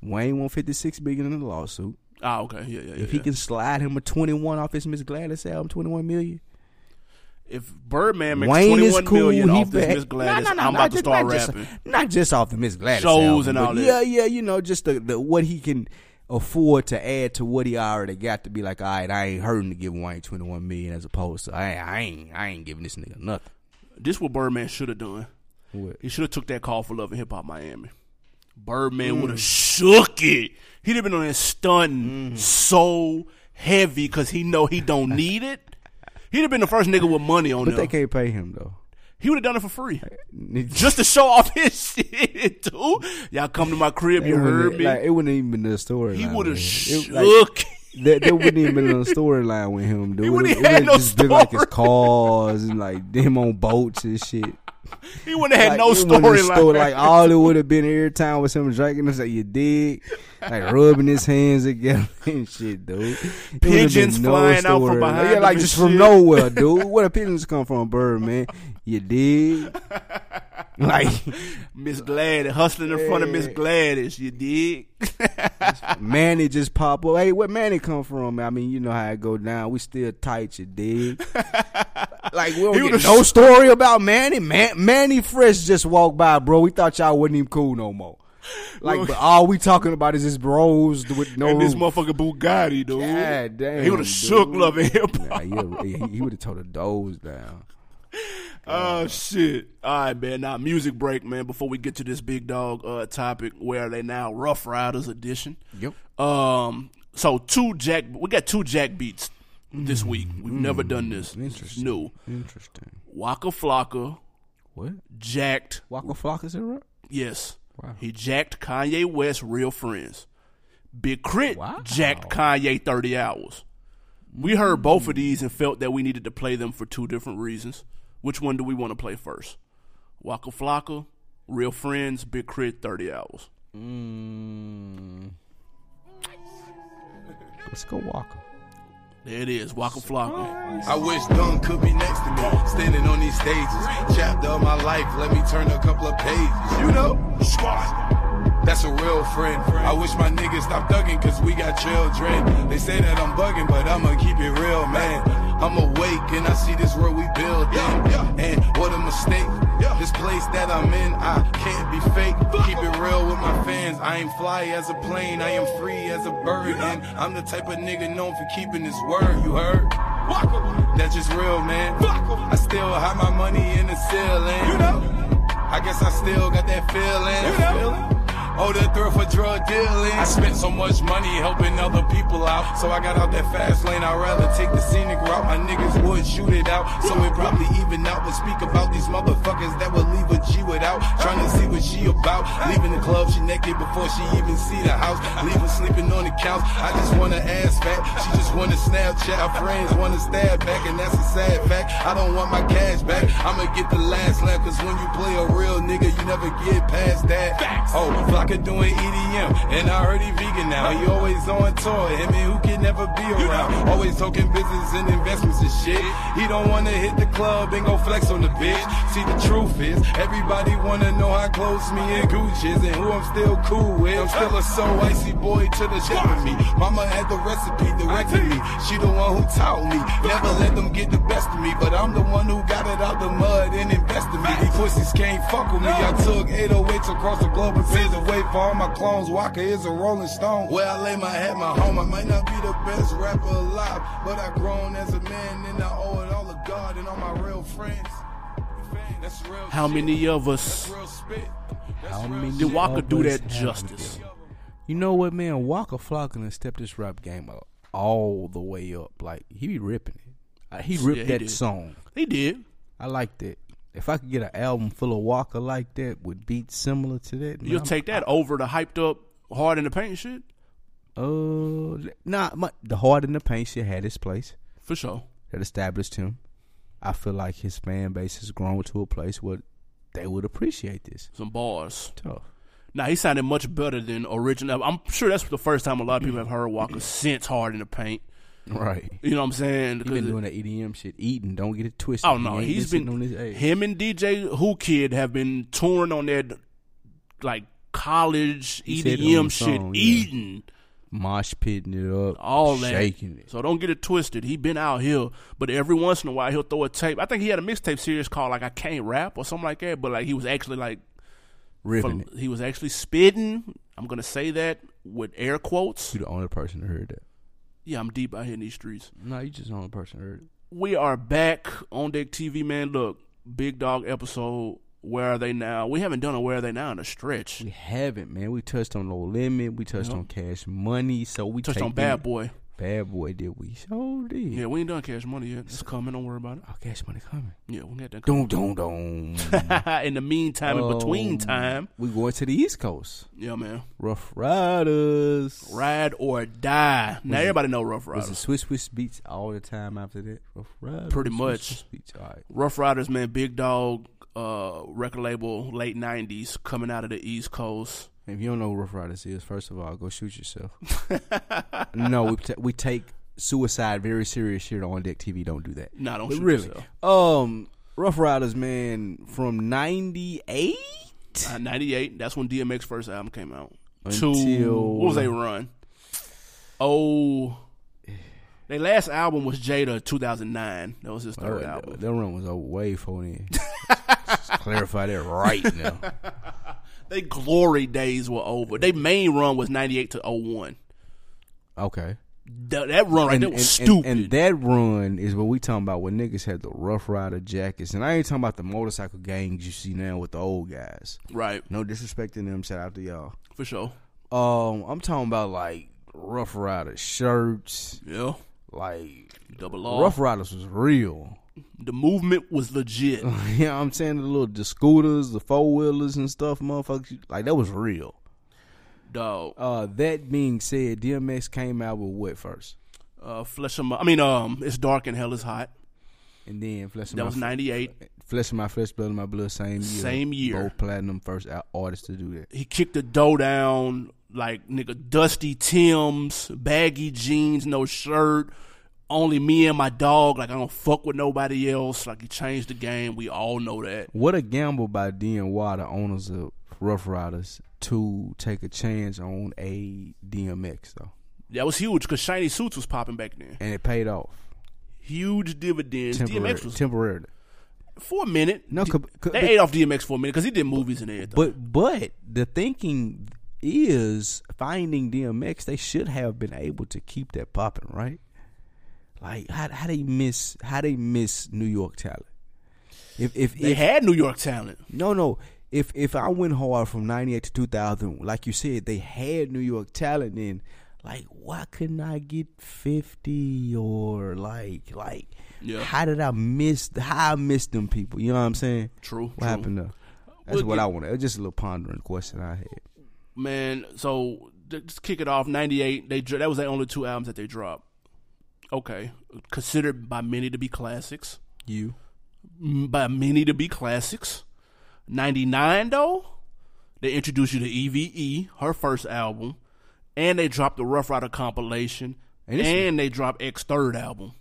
[SPEAKER 2] Wayne won't fifty six billion in the lawsuit.
[SPEAKER 1] Ah, okay. Yeah, yeah, yeah.
[SPEAKER 2] If he can slide him a twenty one off his Miss Gladys album, twenty one million.
[SPEAKER 1] if Birdman makes
[SPEAKER 2] Wayne
[SPEAKER 1] twenty
[SPEAKER 2] is
[SPEAKER 1] one million
[SPEAKER 2] cool. he
[SPEAKER 1] off this
[SPEAKER 2] back.
[SPEAKER 1] Miss Gladys,
[SPEAKER 2] No, no, no,
[SPEAKER 1] I'm
[SPEAKER 2] not
[SPEAKER 1] about to
[SPEAKER 2] just-
[SPEAKER 1] start
[SPEAKER 2] not
[SPEAKER 1] rapping.
[SPEAKER 2] Just, not just off the Miss Gladys
[SPEAKER 1] Shows
[SPEAKER 2] album,
[SPEAKER 1] and
[SPEAKER 2] but
[SPEAKER 1] all that.
[SPEAKER 2] Yeah, yeah, you know, just the, the what he can afford to add to what he already got to be like. All right, I ain't hurting to give Wayne twenty one million as opposed to I, I ain't I ain't giving this nigga nothing.
[SPEAKER 1] this what Birdman should have done.
[SPEAKER 2] What?
[SPEAKER 1] He should have took that call for Love and Hip Hop Miami. Birdman would
[SPEAKER 2] Mm.
[SPEAKER 1] have shook it. He'd have been on that
[SPEAKER 2] Mm-hmm.
[SPEAKER 1] stun so heavy because he know he don't need it. He'd have been the first nigga with money on
[SPEAKER 2] But they
[SPEAKER 1] there.
[SPEAKER 2] can't pay him though.
[SPEAKER 1] He would have done it for free. Just to show off his shit, too. Y'all come to my crib,
[SPEAKER 2] It
[SPEAKER 1] you
[SPEAKER 2] wouldn't,
[SPEAKER 1] heard
[SPEAKER 2] be-
[SPEAKER 1] me.
[SPEAKER 2] like, it wouldn't even been the story.
[SPEAKER 1] he would have shook it.
[SPEAKER 2] There, there wouldn't even been a storyline with him, dude.
[SPEAKER 1] wouldn't
[SPEAKER 2] It
[SPEAKER 1] have had
[SPEAKER 2] would've
[SPEAKER 1] no
[SPEAKER 2] just been like his
[SPEAKER 1] story.
[SPEAKER 2] cars and like him on boats and shit.
[SPEAKER 1] He wouldn't have had no
[SPEAKER 2] you wouldn't
[SPEAKER 1] story
[SPEAKER 2] have stole-
[SPEAKER 1] like,
[SPEAKER 2] Like all it would have been every time was him drinking. It's like you dig, like rubbing his hands together and shit, dude. It would've been
[SPEAKER 1] Pigeons flying out from
[SPEAKER 2] story.
[SPEAKER 1] behind
[SPEAKER 2] Yeah,
[SPEAKER 1] him
[SPEAKER 2] like
[SPEAKER 1] and
[SPEAKER 2] just from
[SPEAKER 1] shit.
[SPEAKER 2] nowhere, dude. Where the pigeons come from, bird man? You dig? Like
[SPEAKER 1] Miss Gladys hustling in front of Miss Gladys. You dig?
[SPEAKER 2] Manny just pop up. Hey, where Manny come from? I mean, you know how it go down. We still tight, you dig? like we
[SPEAKER 1] He
[SPEAKER 2] don't
[SPEAKER 1] would've
[SPEAKER 2] get no story about Manny. Man, Manny Fresh just walked by, bro. We thought y'all wasn't even cool no more. Like, but all we talking about is his bros with no.
[SPEAKER 1] and this
[SPEAKER 2] roof.
[SPEAKER 1] motherfucker Bugatti, dude.
[SPEAKER 2] God damn,
[SPEAKER 1] he would have shook
[SPEAKER 2] dude.
[SPEAKER 1] love and hip hop.
[SPEAKER 2] Nah, he, would have told the doors down.
[SPEAKER 1] Oh shit! All right, man. Now music break, man. Before we get to this big dog uh, topic, where are they now? Rough Riders edition.
[SPEAKER 2] Yep.
[SPEAKER 1] Um. So two jack. We got two jack beats this
[SPEAKER 2] Mm.
[SPEAKER 1] week. We've never done this. Interesting. New.
[SPEAKER 2] Interesting.
[SPEAKER 1] Waka Flocka
[SPEAKER 2] What?
[SPEAKER 1] jacked.
[SPEAKER 2] Waka Flock is it right?
[SPEAKER 1] Yes.
[SPEAKER 2] Wow.
[SPEAKER 1] He jacked Kanye West real friends. Big Crit
[SPEAKER 2] Wow.
[SPEAKER 1] jacked Kanye 30 hours. We heard both of these and felt that we needed to play them for two different reasons. Which one do we want to play first? Waka Flocka, Real Friends, Big Crit 30 hours.
[SPEAKER 2] Mm. Let's go Waka.
[SPEAKER 1] There it is, Waka
[SPEAKER 2] Oh.
[SPEAKER 1] Flocka.
[SPEAKER 3] I wish Dunn could be next to me, standing on these stages. Chapter of my life, let me turn a couple of pages. You know, squad. That's a real friend. I wish my niggas stopped thugging, cause we got children. They say that I'm bugging, but I'ma keep it real, man. I'm awake and I see this world we building. And what a mistake. This place that I'm in, I can't be fake. Keep it real with my fans. I ain't fly as a plane, I am free as a bird. And I'm the type of nigga known for keeping his word, you heard? That's just real, man. I still hide my money in the ceiling. You know. I guess I still got that feeling. You know. Oh, the thrill for drug dealing. I spent so much money helping other people out. So I got out that fast lane. I'd rather take the scenic route. My niggas would shoot it out. So it probably even out. But speak about these motherfuckers that would leave a G without. Trying to see what she about. Leaving the club, she naked before she even see the house. Leave her sleeping on the couch. I just want her ass fat. She just want to Snapchat. Her friends want to stab back. And that's a sad fact. I don't want my cash back. I'ma get the last laugh. Cause when you play a real nigga, you never get past that. Oh, Flocka doing EDM. And I heard he vegan now. He always on tour. Him and who can never be around. Always talking business and investments and shit. He don't wanna hit the club and go flex on the bitch. See, the truth is, everybody wanna know how close me and Gucci is and who I'm still cool with. I'm still a so icy boy to the shit with me. Mama had the recipe directed me. She the one who taught me. Never let them get the best of me, but I'm the one who got it out the mud and invested me. These pussies can't fuck with me. I took 808s across the globe and paved the way for all my clones. Walker is a rolling stone. Where I lay my head, my home. I might not be the best rapper alive, but I grown as a man and I owe it all to God and all my real friends. That's real
[SPEAKER 1] How
[SPEAKER 3] shit.
[SPEAKER 1] many of us
[SPEAKER 3] Real spit. That's
[SPEAKER 2] How
[SPEAKER 3] real
[SPEAKER 2] many
[SPEAKER 3] shit.
[SPEAKER 1] did Waka
[SPEAKER 2] of
[SPEAKER 1] do
[SPEAKER 2] us
[SPEAKER 1] that
[SPEAKER 2] have
[SPEAKER 1] justice?
[SPEAKER 2] You know what, man? Walker Flocka and step this rap game up all the way up. Like he be ripping it. Uh, He ripped
[SPEAKER 1] he
[SPEAKER 2] that
[SPEAKER 1] did.
[SPEAKER 2] song.
[SPEAKER 1] He did.
[SPEAKER 2] I liked it. If I could get an album full of Walker like that with beats similar to that, man,
[SPEAKER 1] You'll
[SPEAKER 2] I'm-
[SPEAKER 1] take that over the hyped up, hard in the paint shit?
[SPEAKER 2] Uh, nah, my, the heart in the paint shit had its place
[SPEAKER 1] For sure.
[SPEAKER 2] that established him. I feel like his fan base has grown to a place where they would appreciate this.
[SPEAKER 1] Some bars.
[SPEAKER 2] Tough.
[SPEAKER 1] Now he sounded much better than original. I'm sure that's the first time a lot of people have heard Walker since Hard in the Paint.
[SPEAKER 2] Right.
[SPEAKER 1] You know what I'm saying?
[SPEAKER 2] He been
[SPEAKER 1] Because-
[SPEAKER 2] doing that EDM shit, eating. Don't get it twisted.
[SPEAKER 1] oh no,
[SPEAKER 2] He ain't
[SPEAKER 1] he's
[SPEAKER 2] just sitting
[SPEAKER 1] been
[SPEAKER 2] on his ass.
[SPEAKER 1] him and DJ Who Kid have been touring on that like college
[SPEAKER 2] He said on
[SPEAKER 1] EDM
[SPEAKER 2] the
[SPEAKER 1] shit,
[SPEAKER 2] song, yeah.
[SPEAKER 1] eating
[SPEAKER 2] mosh pitting it up,
[SPEAKER 1] all that.
[SPEAKER 2] shaking it.
[SPEAKER 1] So don't get it twisted. He been out here, but every once in a while he'll throw a tape. I think he had a mixtape series called like I Can't Rap or something like that. But like he was actually like
[SPEAKER 2] ripping
[SPEAKER 1] fun-
[SPEAKER 2] it.
[SPEAKER 1] he was actually spitting. I'm gonna say that with air quotes.
[SPEAKER 2] You the only person that heard that.
[SPEAKER 1] Yeah, I'm deep out here in these streets.
[SPEAKER 2] No, you just the only person that heard it.
[SPEAKER 1] We are back on Deck TV, man. Look, Big Dog episode. Where are they now? We haven't done a Where Are They Now in a stretch.
[SPEAKER 2] We haven't, man. We touched on No Limit. We touched on Cash Money. So we
[SPEAKER 1] Touched
[SPEAKER 2] taking
[SPEAKER 1] on Bad
[SPEAKER 2] it-
[SPEAKER 1] Boy.
[SPEAKER 2] Bad boy did we sure did.
[SPEAKER 1] Yeah, we ain't done cash money yet. It's coming. Don't worry about it.
[SPEAKER 2] Oh, cash money coming.
[SPEAKER 1] Yeah, we got that.
[SPEAKER 2] Doom doom doom.
[SPEAKER 1] coming. in the meantime, in between
[SPEAKER 2] Oh.
[SPEAKER 1] time,
[SPEAKER 2] we going to the East Coast.
[SPEAKER 1] yeah, man,
[SPEAKER 2] Rough Riders.
[SPEAKER 1] ride or die. Now everybody know Rough
[SPEAKER 2] Was it
[SPEAKER 1] Riders.
[SPEAKER 2] Swiss Swiss beats all the time after that? Rough Riders.
[SPEAKER 1] Pretty
[SPEAKER 2] Swiss
[SPEAKER 1] much.
[SPEAKER 2] Swiss beats. All right.
[SPEAKER 1] Rough Riders, man, big dog, uh, record label, late '90s, coming out of the East Coast.
[SPEAKER 2] If you don't know who Rough Riders is, first of all, go shoot yourself. no, we ta- we take suicide very serious here on Deck TV. Don't do that.
[SPEAKER 1] Nah, don't
[SPEAKER 2] But
[SPEAKER 1] shoot
[SPEAKER 2] really,
[SPEAKER 1] yourself.
[SPEAKER 2] um, Rough Riders, man, from '98
[SPEAKER 1] Uh, '98. That's when DMX first album came out. to
[SPEAKER 2] Until-
[SPEAKER 1] what was they run? Oh, their last album was Jada 2009. That was his
[SPEAKER 2] Oh,
[SPEAKER 1] third album.
[SPEAKER 2] that run was over way for then. Just clarify that right now.
[SPEAKER 1] They glory days were over. They main run was 98 to 01.
[SPEAKER 2] Okay.
[SPEAKER 1] Th- that run right there was
[SPEAKER 2] and-
[SPEAKER 1] stupid.
[SPEAKER 2] and that run is what we talking about when niggas had the Rough Rider jackets. And I ain't talking about the motorcycle gangs you see now with the old guys.
[SPEAKER 1] right,
[SPEAKER 2] No disrespecting them. Shout out to y'all.
[SPEAKER 1] for sure.
[SPEAKER 2] Um, I'm talking about like Rough Rider shirts.
[SPEAKER 1] Yeah.
[SPEAKER 2] Like
[SPEAKER 1] Double R.
[SPEAKER 2] Rough Riders was real.
[SPEAKER 1] The movement was legit.
[SPEAKER 2] you know what I'm saying? The little the scooters, the four wheelers and stuff, motherfuckers. you- Like that was real.
[SPEAKER 1] Dog.
[SPEAKER 2] Uh, that being said, DMX came out with what first?
[SPEAKER 1] Uh, Flesh of My. I mean, um, It's Dark and Hell is Hot.
[SPEAKER 2] And then Flesh of
[SPEAKER 1] That
[SPEAKER 2] My
[SPEAKER 1] was
[SPEAKER 2] F-
[SPEAKER 1] 98.
[SPEAKER 2] Flesh of My Flesh, Blood of My Blood, same year.
[SPEAKER 1] Same year.
[SPEAKER 2] Both platinum first out artists to do that.
[SPEAKER 1] He kicked the dough down like nigga dusty Tim's, baggy jeans, no shirt. Only me and my dog. Like I don't fuck with nobody else. Like he changed the game. We all know that.
[SPEAKER 2] What a gamble by DNY, the owners of Rough Riders, to take a chance on a DMX though,
[SPEAKER 1] That was huge because shiny suits was popping back then.
[SPEAKER 2] and it paid off.
[SPEAKER 1] huge dividends.
[SPEAKER 2] Temporary,
[SPEAKER 1] DMX was
[SPEAKER 2] temporarily.
[SPEAKER 1] for a minute.
[SPEAKER 2] No,
[SPEAKER 1] D-
[SPEAKER 2] co- co-
[SPEAKER 1] they
[SPEAKER 2] but-
[SPEAKER 1] ate off DMX for a minute because he did movies and everything.
[SPEAKER 2] But but the thinking is finding DMX, they should have been able to keep that popping, right? Like how how they miss how they miss New York talent. If if,
[SPEAKER 1] they
[SPEAKER 2] if
[SPEAKER 1] had New York talent.
[SPEAKER 2] no no if if I went hard from ninety eight to two thousand, like you said, they had New York talent then like why couldn't I get fifty or like like
[SPEAKER 1] Yeah.
[SPEAKER 2] how did I miss how I missed them people? You know what I'm saying?
[SPEAKER 1] True.
[SPEAKER 2] What
[SPEAKER 1] true.
[SPEAKER 2] happened to? That's
[SPEAKER 1] Uh, Well,
[SPEAKER 2] what
[SPEAKER 1] you-
[SPEAKER 2] I wanted. It was just a little pondering question I had.
[SPEAKER 1] man? So th- just kick it off. Ninety eight. They dr- that was their only two albums that they dropped. Okay, considered by many to be classics. M-
[SPEAKER 2] You
[SPEAKER 1] Mm, By many to be classics. Ninety nine though, they introduced you to Eve, her first album, and they dropped the Rough Rider compilation,
[SPEAKER 2] And
[SPEAKER 1] and,
[SPEAKER 2] this-
[SPEAKER 1] they dropped X third album,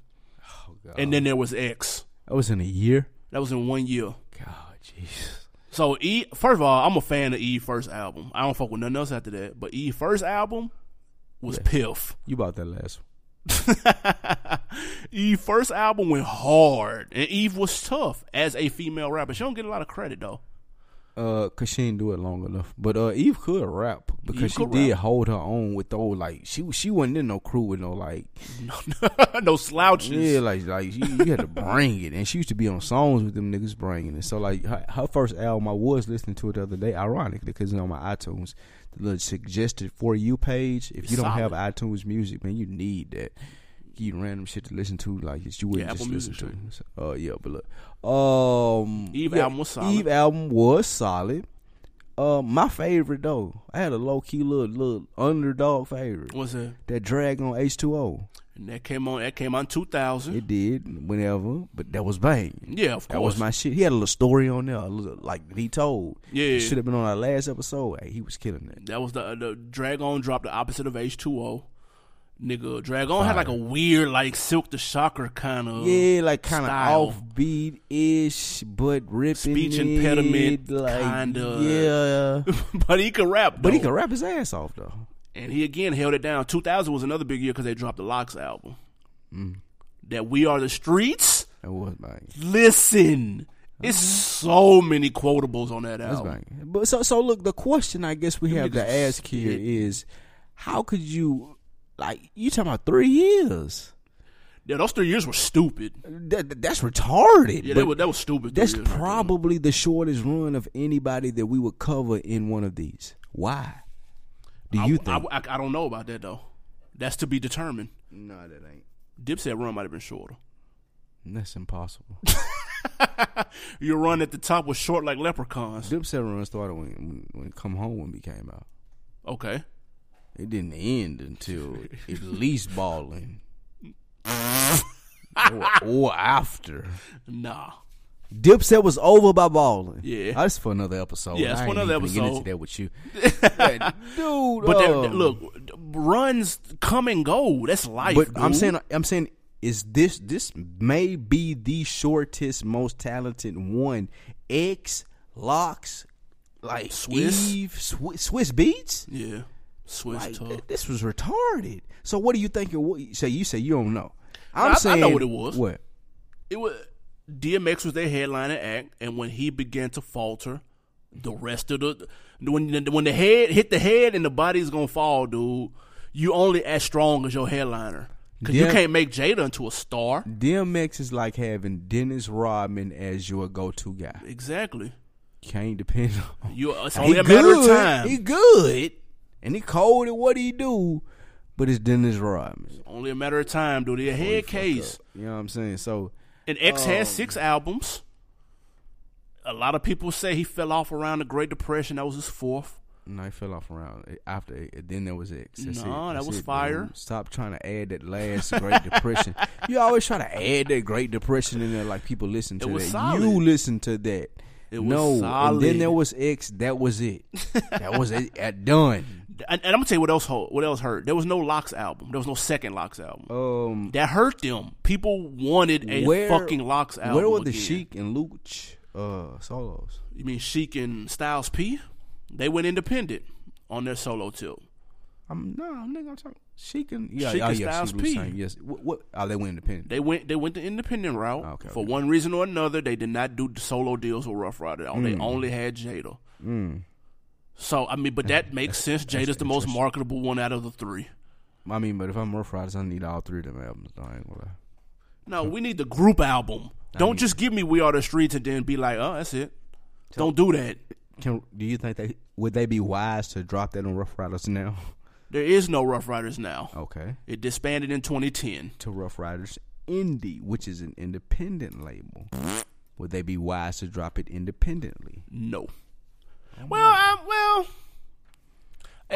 [SPEAKER 1] and then there was X.
[SPEAKER 2] that was in a year.
[SPEAKER 1] That was in one year.
[SPEAKER 2] God, jeez.
[SPEAKER 1] So E, first of all, I'm a fan of E first album. I don't fuck with nothing else after that. But E first album was piff.
[SPEAKER 2] You bought that last one.
[SPEAKER 1] E first album went hard, and Eve was tough as a female rapper. She don't get a lot of credit though.
[SPEAKER 2] Uh, cause she didn't do it long enough. But uh, Eve could rap because
[SPEAKER 1] Eve
[SPEAKER 2] she
[SPEAKER 1] could
[SPEAKER 2] did
[SPEAKER 1] rap.
[SPEAKER 2] hold her own with those like she she wasn't in no crew with no like
[SPEAKER 1] no slouches.
[SPEAKER 2] yeah like like you, you had to bring it and she used to be on songs with them niggas bringing it. So like her, her first album I was listening to it the other day ironically because it's on my iTunes the little suggested for you page. If you don't
[SPEAKER 1] Solid.
[SPEAKER 2] have iTunes music, man, you need that. You need random shit to listen to like that you wouldn't
[SPEAKER 1] Yeah,
[SPEAKER 2] just
[SPEAKER 1] Apple
[SPEAKER 2] listen
[SPEAKER 1] Music
[SPEAKER 2] to. Uh, yeah, but look, um,
[SPEAKER 1] Eve
[SPEAKER 2] yeah,
[SPEAKER 1] album was solid.
[SPEAKER 2] Eve album was solid. Uh, my favorite though, I had a low key little little underdog favorite.
[SPEAKER 1] What's that?
[SPEAKER 2] That drag on H two O.
[SPEAKER 1] And that came on. That came on 2000.
[SPEAKER 2] It did whenever, but that was bang.
[SPEAKER 1] yeah, of course.
[SPEAKER 2] That was my shit. He had a little story on there, a little, like that he told.
[SPEAKER 1] Yeah.
[SPEAKER 2] should have been on our last episode. Hey, he was killing it.
[SPEAKER 1] That was the uh, the Dragon dropped the opposite of H2O. Nigga, Dragon had like a weird like Silk the Shocker kind of
[SPEAKER 2] Yeah, like kind of
[SPEAKER 1] Oh, style.
[SPEAKER 2] offbeat ish, but ripping
[SPEAKER 1] Speech
[SPEAKER 2] it,
[SPEAKER 1] impediment,
[SPEAKER 2] like,
[SPEAKER 1] kinda. Oh.
[SPEAKER 2] Yeah,
[SPEAKER 1] but he could rap.
[SPEAKER 2] but he
[SPEAKER 1] though.
[SPEAKER 2] could rap his ass off though.
[SPEAKER 1] and he again held it down. 2000 was another big year because they dropped the Locks album.
[SPEAKER 2] Mm.
[SPEAKER 1] That we are the streets.
[SPEAKER 2] That was bang.
[SPEAKER 1] Listen, it's so many quotables on that
[SPEAKER 2] That's
[SPEAKER 1] album.
[SPEAKER 2] bang. But so so look, the question I guess we have
[SPEAKER 1] niggas
[SPEAKER 2] to ask
[SPEAKER 1] was
[SPEAKER 2] here
[SPEAKER 1] spitting.
[SPEAKER 2] is, how could you like you talking about three years?
[SPEAKER 1] Yeah, those three years were stupid.
[SPEAKER 2] That, that- that's retarded.
[SPEAKER 1] Yeah,
[SPEAKER 2] but
[SPEAKER 1] that was, that was stupid. three
[SPEAKER 2] that's
[SPEAKER 1] years right there.
[SPEAKER 2] probably the shortest run of anybody that we would cover in one of these. Why? Do you
[SPEAKER 1] I,
[SPEAKER 2] think?
[SPEAKER 1] I, I, I don't know about that though. That's to be determined.
[SPEAKER 2] No, that ain't.
[SPEAKER 1] Dipset run might have been shorter.
[SPEAKER 2] That's impossible.
[SPEAKER 1] Your run at the top was short like leprechauns.
[SPEAKER 2] Dipset run started when, when when Come Home when we came out.
[SPEAKER 1] Okay.
[SPEAKER 2] It didn't end until at least balling. or, or after.
[SPEAKER 1] Nah.
[SPEAKER 2] Dipset was over by balling.
[SPEAKER 1] Yeah.
[SPEAKER 2] Oh, that's for another episode.
[SPEAKER 1] Yeah, that's
[SPEAKER 2] I
[SPEAKER 1] for
[SPEAKER 2] ain't
[SPEAKER 1] another
[SPEAKER 2] even getting
[SPEAKER 1] episode.
[SPEAKER 2] into that with you, Yeah, dude.
[SPEAKER 1] But that,
[SPEAKER 2] um,
[SPEAKER 1] that- look, runs come and go. That's life.
[SPEAKER 2] But I'm
[SPEAKER 1] dude.
[SPEAKER 2] saying, I'm saying, is this this may be the shortest, most talented one? X locks, like
[SPEAKER 1] Swiss?
[SPEAKER 2] Eve, Swi- Swiss beats.
[SPEAKER 1] Yeah. Swiss
[SPEAKER 2] Like,
[SPEAKER 1] tough.
[SPEAKER 2] th- this was retarded. So what do you think? It wa- so you say you don't know.
[SPEAKER 1] I- I
[SPEAKER 2] I'm
[SPEAKER 1] know
[SPEAKER 2] saying
[SPEAKER 1] what it was.
[SPEAKER 2] What?
[SPEAKER 1] It was DMX was their headliner act, and when he began to falter, the rest of the when when the head hit the head and the body's gonna fall, dude. You only as strong as your headliner. Cause you
[SPEAKER 2] Yeah.
[SPEAKER 1] can't make Jada into a star.
[SPEAKER 2] DMX is like having Dennis Rodman as your go-to guy.
[SPEAKER 1] Exactly.
[SPEAKER 2] Can't depend on.
[SPEAKER 1] You. uh, It's
[SPEAKER 2] He
[SPEAKER 1] only a matter of
[SPEAKER 2] good.
[SPEAKER 1] time.
[SPEAKER 2] He good, and he cold at what he do, but it's Dennis Rodman.
[SPEAKER 1] only a matter of time, dude. They're a head case.
[SPEAKER 2] You know what I'm saying? So
[SPEAKER 1] And X has six albums. A lot of people say he fell off around the Great Depression. That was his fourth.
[SPEAKER 2] No, he fell off around eh, after. It, then there was X. That's
[SPEAKER 1] No, that
[SPEAKER 2] it. That's
[SPEAKER 1] was
[SPEAKER 2] it,
[SPEAKER 1] fire.
[SPEAKER 2] dude. Stop trying to add that last Great Depression. You always try to add that Great Depression in there, like people listen to
[SPEAKER 1] was
[SPEAKER 2] that.
[SPEAKER 1] solid.
[SPEAKER 2] You listen to that.
[SPEAKER 1] It was
[SPEAKER 2] no, and
[SPEAKER 1] solid.
[SPEAKER 2] then there was X. That was it. that was it. Uh, done.
[SPEAKER 1] And, and I'm gonna tell you what else ho- what else hurt. There was no Locks album. There was no second Locks album.
[SPEAKER 2] Um,
[SPEAKER 1] that hurt them. People wanted a
[SPEAKER 2] where
[SPEAKER 1] fucking Locks album.
[SPEAKER 2] Where were the
[SPEAKER 1] again.
[SPEAKER 2] Sheik and Luch uh, solos?
[SPEAKER 1] You mean Sheik and Styles P? They went independent on their solo tilt.
[SPEAKER 2] I'm no, I'm not gonna talk. Sheik and yeah,
[SPEAKER 1] Sheik
[SPEAKER 2] yeah,
[SPEAKER 1] and
[SPEAKER 2] yeah,
[SPEAKER 1] Styles
[SPEAKER 2] Sheik
[SPEAKER 1] P.
[SPEAKER 2] Luch, Yes. What? what oh, they went independent.
[SPEAKER 1] They went they went the independent route
[SPEAKER 2] Okay,
[SPEAKER 1] for
[SPEAKER 2] okay.
[SPEAKER 1] one reason or another. They did not do the solo deals with Rough Rider. at all.
[SPEAKER 2] Mm.
[SPEAKER 1] They only had Jada. So I mean, but that makes sense. Jada's the most marketable one out of the three.
[SPEAKER 2] I mean, but if I'm Rough Riders, I need all three of them albums. though, I ain't gonna lie.
[SPEAKER 1] No, we need the group album. Don't just give me "We Are the Streets" and then be like, "Oh, that's it." Don't do that.
[SPEAKER 2] Can do you think they would they be wise to drop that on Rough Riders now?
[SPEAKER 1] There is no Rough Riders now.
[SPEAKER 2] Okay,
[SPEAKER 1] It disbanded in 2010.
[SPEAKER 2] to Rough Riders Indie, which is an independent label, would they be wise to drop it independently?
[SPEAKER 1] No. Well, i well.
[SPEAKER 2] Oh,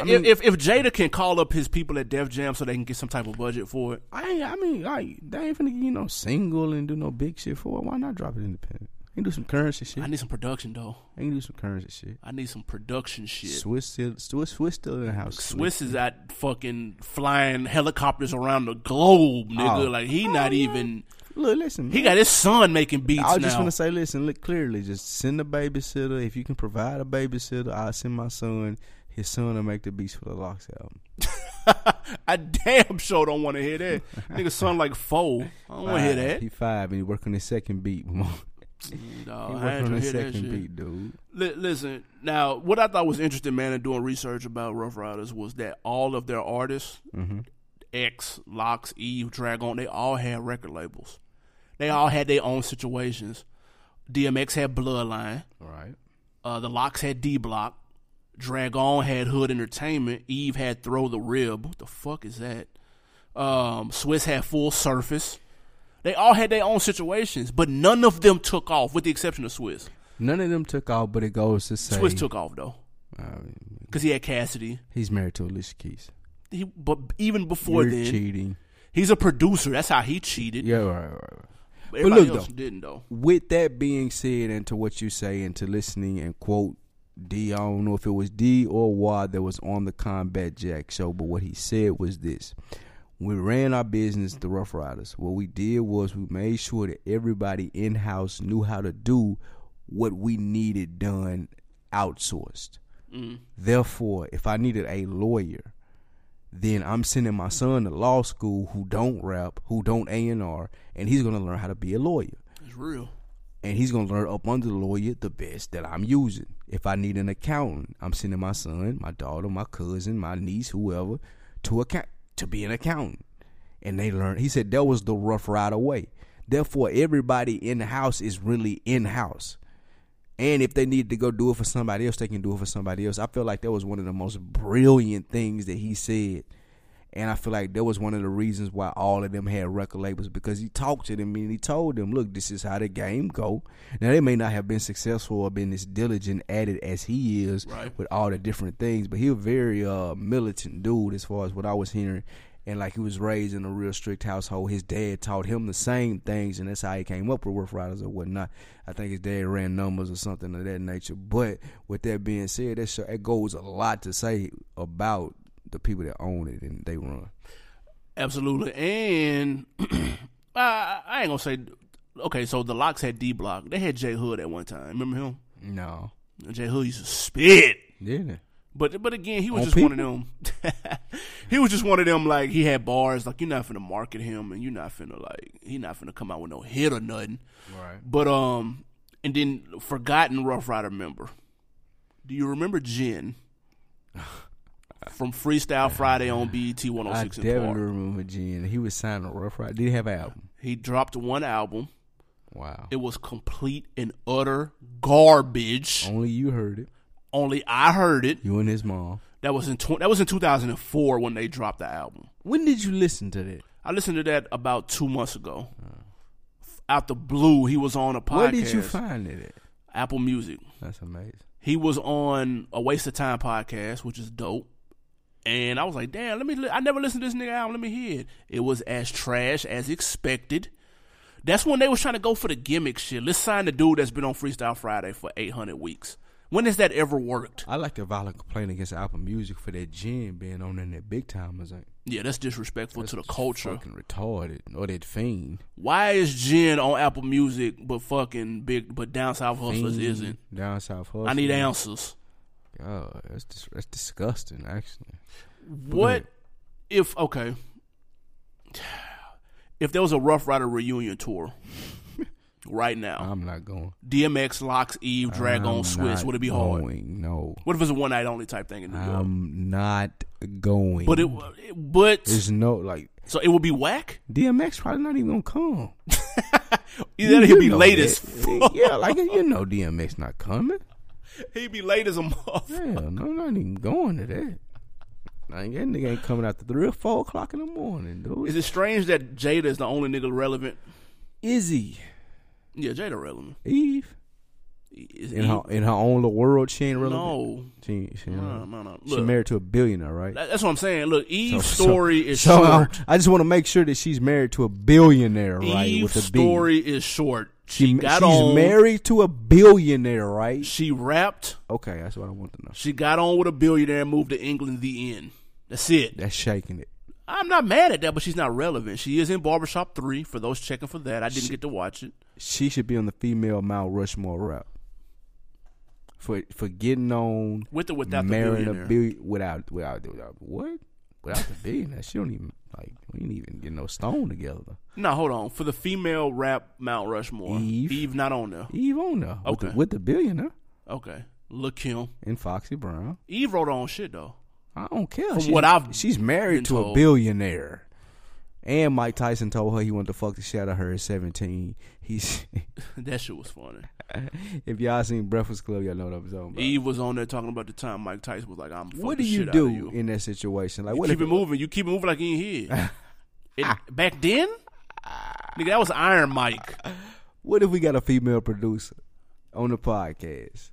[SPEAKER 2] mean-
[SPEAKER 1] if, if if Jada can call up his people at Def Jam so they can get some type of budget for it,
[SPEAKER 2] I ain't, I mean, like they ain't finna get you no single and do no big shit for it. Why not drop it independent? You can do some currency shit.
[SPEAKER 1] I need some production though.
[SPEAKER 2] You can do some currency shit.
[SPEAKER 1] I need some production shit.
[SPEAKER 2] Swiss still, Swiss, Swiss still in the house.
[SPEAKER 1] Swiss is out fucking flying helicopters around the globe, nigga.
[SPEAKER 2] Oh.
[SPEAKER 1] Like he not even.
[SPEAKER 2] look, listen,
[SPEAKER 1] He
[SPEAKER 2] man.
[SPEAKER 1] got his son making beats
[SPEAKER 2] I was
[SPEAKER 1] now.
[SPEAKER 2] just gonna say, listen, look clearly, just send a babysitter. If you can provide a babysitter, I'll send my son. His son will make the beats for the Locks album.
[SPEAKER 1] I damn sure don't want to hear that. nigga sound like foe. I don't want to hear
[SPEAKER 2] Five.
[SPEAKER 1] that.
[SPEAKER 2] He five and he work on his second beat. he
[SPEAKER 1] Dawg, I
[SPEAKER 2] work
[SPEAKER 1] ain't
[SPEAKER 2] on
[SPEAKER 1] tryna
[SPEAKER 2] his
[SPEAKER 1] hear that
[SPEAKER 2] second
[SPEAKER 1] shit.
[SPEAKER 2] beat, dude.
[SPEAKER 1] Li- listen, now what I thought was interesting, man, in doing research about Rough Riders was that all of their artists,
[SPEAKER 2] Mm-hmm.
[SPEAKER 1] X, Locks, Eve, Dragon, they all had record labels. They all had their own situations. DMX had Bloodline.
[SPEAKER 2] Right.
[SPEAKER 1] Uh, the Locks had D Block. Dragon had Hood Entertainment. Eve had Throw the Rib. What the fuck is that? Um, Swiss had Full Surface. They all had their own situations, but none of them took off, with the exception of Swiss.
[SPEAKER 2] None of them took off, but it goes to say
[SPEAKER 1] Swiss took off though,
[SPEAKER 2] I mean,
[SPEAKER 1] because he had Cassidy.
[SPEAKER 2] he's married to Alicia Keys.
[SPEAKER 1] He, but even before
[SPEAKER 2] You're
[SPEAKER 1] then,
[SPEAKER 2] cheating.
[SPEAKER 1] he's a producer. That's how he cheated.
[SPEAKER 2] Yeah, right, right, right.
[SPEAKER 1] Everybody
[SPEAKER 2] look,
[SPEAKER 1] else
[SPEAKER 2] though.
[SPEAKER 1] didn't though.
[SPEAKER 2] with that being said, and to what you say, and to listening and quote D, I don't know if it was D or Y that was on the Combat Jack show, but what he said was this. We ran our business, the Rough Riders. What we did was we made sure that everybody in house knew how to do what we needed done outsourced. Therefore, if I needed a lawyer, then I'm sending my son to law school who don't rap, who don't A and R, and he's gonna learn how to be a lawyer
[SPEAKER 1] It's real.
[SPEAKER 2] and he's gonna learn up under the lawyer the best that I'm using. If I need an accountant, I'm sending my son, my daughter, my cousin, my niece, whoever, to account to be an accountant. And they learn. He said that was the rough ride away. Therefore, everybody in the house is really in house. And if they need to go do it for somebody else, they can do it for somebody else. I feel like that was one of the most brilliant things that he said. And I feel like that was one of the reasons why all of them had record labels because he talked to them and he told them, "Look, this is how the game go." Now they may not have been successful or been as diligent at it as he is
[SPEAKER 1] Right.
[SPEAKER 2] with all the different things, but he a very uh, militant dude as far as what I was hearing. And like he was raised in a real strict household, his dad taught him the same things, and that's how he came up with Rough Riders or whatnot. I think his dad ran numbers or something of that nature. But with that being said, that show, that goes a lot to say about the people that own it and they run.
[SPEAKER 1] Absolutely. And I, I ain't gonna say. Okay, so the Locks had D Block. They had Jay Hood at one time. Remember him?
[SPEAKER 2] No,
[SPEAKER 1] Jay Hood used to spit.
[SPEAKER 2] didn't.
[SPEAKER 1] But but again, he was
[SPEAKER 2] On
[SPEAKER 1] just one of them. he was just one of them. Like he had bars. Like you're not finna market him, and you're not finna like he not finna come out with no hit or nothing.
[SPEAKER 2] Right.
[SPEAKER 1] But um, and then forgotten Rough Rider member. Do you remember Jen from Freestyle Friday on E BET
[SPEAKER 2] I
[SPEAKER 1] 106 and
[SPEAKER 2] definitely
[SPEAKER 1] oh Park?
[SPEAKER 2] remember Gene. He was signing a Rough Rider. Did he have an album?
[SPEAKER 1] He dropped one album.
[SPEAKER 2] Wow.
[SPEAKER 1] It was complete and utter garbage.
[SPEAKER 2] Only you heard it.
[SPEAKER 1] Only I heard it.
[SPEAKER 2] You and his mom.
[SPEAKER 1] That was in tw- that was in 2004 when they dropped the album.
[SPEAKER 2] When did you listen to that?
[SPEAKER 1] I listened to that about two months ago. Out the blue, he was on a podcast.
[SPEAKER 2] Where did you find it at?
[SPEAKER 1] Apple Music.
[SPEAKER 2] That's amazing.
[SPEAKER 1] He was on a Waste of Time podcast, which is dope. And I was like, damn, let me. Li- I never listened to this nigga album. Let me hear it. It was as trash as expected. That's when they was trying to go for the gimmick shit. Let's sign the dude that's been on Freestyle Friday for 800 weeks. When has that ever worked?
[SPEAKER 2] I like the violent complaint against Apple Music for that Gene being on in that big timers. Ain't
[SPEAKER 1] Yeah, that's disrespectful to the culture.
[SPEAKER 2] fucking retarded or that fiend.
[SPEAKER 1] Why is Jen on Apple Music but fucking big but Down South Hustlers
[SPEAKER 2] Fiend
[SPEAKER 1] isn't?
[SPEAKER 2] down south. Hustle.
[SPEAKER 1] I need answers.
[SPEAKER 2] God, that's dis- that's disgusting. Actually,
[SPEAKER 1] What if okay? If there was a Rough Rider reunion tour right now,
[SPEAKER 2] I'm not going.
[SPEAKER 1] DMX, Locks, Eve, Drag on
[SPEAKER 2] Uh, I'm
[SPEAKER 1] Swiss,
[SPEAKER 2] not
[SPEAKER 1] would it be hard?
[SPEAKER 2] Going, Um, no,
[SPEAKER 1] What if it's a one night only type thing in New York?
[SPEAKER 2] I'm not going.
[SPEAKER 1] But it, but
[SPEAKER 2] there's no like
[SPEAKER 1] so it would be whack.
[SPEAKER 2] DMX probably not even gonna come.
[SPEAKER 1] Either that or he'd
[SPEAKER 2] You
[SPEAKER 1] be
[SPEAKER 2] know
[SPEAKER 1] late
[SPEAKER 2] that.
[SPEAKER 1] as fuck.
[SPEAKER 2] yeah, like you know DMX not coming.
[SPEAKER 1] He'd be late as a motherfucker.
[SPEAKER 2] Hell, no, I'm not even going to that. Like, that nigga ain't coming out to three or four o'clock in the morning, dude.
[SPEAKER 1] Is it strange that Jada is the only nigga relevant?
[SPEAKER 2] Izzy,
[SPEAKER 1] Yeah, Jada relevant.
[SPEAKER 2] Eve,
[SPEAKER 1] Is
[SPEAKER 2] in
[SPEAKER 1] Eve-
[SPEAKER 2] her in her own little world, she ain't relevant.
[SPEAKER 1] no,
[SPEAKER 2] she she,
[SPEAKER 1] no, no, no.
[SPEAKER 2] she
[SPEAKER 1] Look,
[SPEAKER 2] married to a billionaire, right?
[SPEAKER 1] that- that's what I'm saying. Look, Eve's
[SPEAKER 2] So-
[SPEAKER 1] story is
[SPEAKER 2] so I-
[SPEAKER 1] short.
[SPEAKER 2] I just want to make sure that she's married to a billionaire, right?
[SPEAKER 1] Eve's
[SPEAKER 2] with a B.
[SPEAKER 1] story is short. She,
[SPEAKER 2] She-
[SPEAKER 1] got
[SPEAKER 2] she's
[SPEAKER 1] on.
[SPEAKER 2] married to a billionaire, right?
[SPEAKER 1] She rapped.
[SPEAKER 2] Okay, that's what I want to know.
[SPEAKER 1] She got on with a billionaire and moved to England. The end. That's it.
[SPEAKER 2] That's shaking it.
[SPEAKER 1] I'm not mad at that, but she's not relevant. She is in Barbershop Three. For those checking for that, I didn't get to watch it.
[SPEAKER 2] She should be on the female Mount Rushmore rap for for getting on
[SPEAKER 1] With or without the
[SPEAKER 2] marrying
[SPEAKER 1] billionaire.
[SPEAKER 2] a billion without without without what without the billionaire. She don't even like we ain't even get no stone together.
[SPEAKER 1] No, hold on. For the female rap Mount Rushmore,
[SPEAKER 2] Eve.
[SPEAKER 1] not on there.
[SPEAKER 2] Eve on there with, the,
[SPEAKER 1] Okay.
[SPEAKER 2] with the billionaire
[SPEAKER 1] Okay, look him.
[SPEAKER 2] and Foxy Brown.
[SPEAKER 1] Eve wrote her own shit though.
[SPEAKER 2] I don't care.
[SPEAKER 1] From
[SPEAKER 2] She's-
[SPEAKER 1] what I've
[SPEAKER 2] she's married
[SPEAKER 1] been
[SPEAKER 2] to a
[SPEAKER 1] told.
[SPEAKER 2] billionaire. And Mike Tyson told her he wanted to fuck the shit out of her at seventeen. He's
[SPEAKER 1] that shit was funny.
[SPEAKER 2] if y'all seen Breakfast Club, y'all know what I'm talking about.
[SPEAKER 1] Eve was on there talking about the time Mike Tyson was like, "I'm." fucking
[SPEAKER 2] what do
[SPEAKER 1] the
[SPEAKER 2] you
[SPEAKER 1] shit out
[SPEAKER 2] do
[SPEAKER 1] of you.
[SPEAKER 2] in that situation? Like, what
[SPEAKER 1] keep
[SPEAKER 2] if Ah.
[SPEAKER 1] it moving. You keep it moving like you ain't here. It- back then, nigga, that was Iron Mike.
[SPEAKER 2] What if we got a female producer on the podcast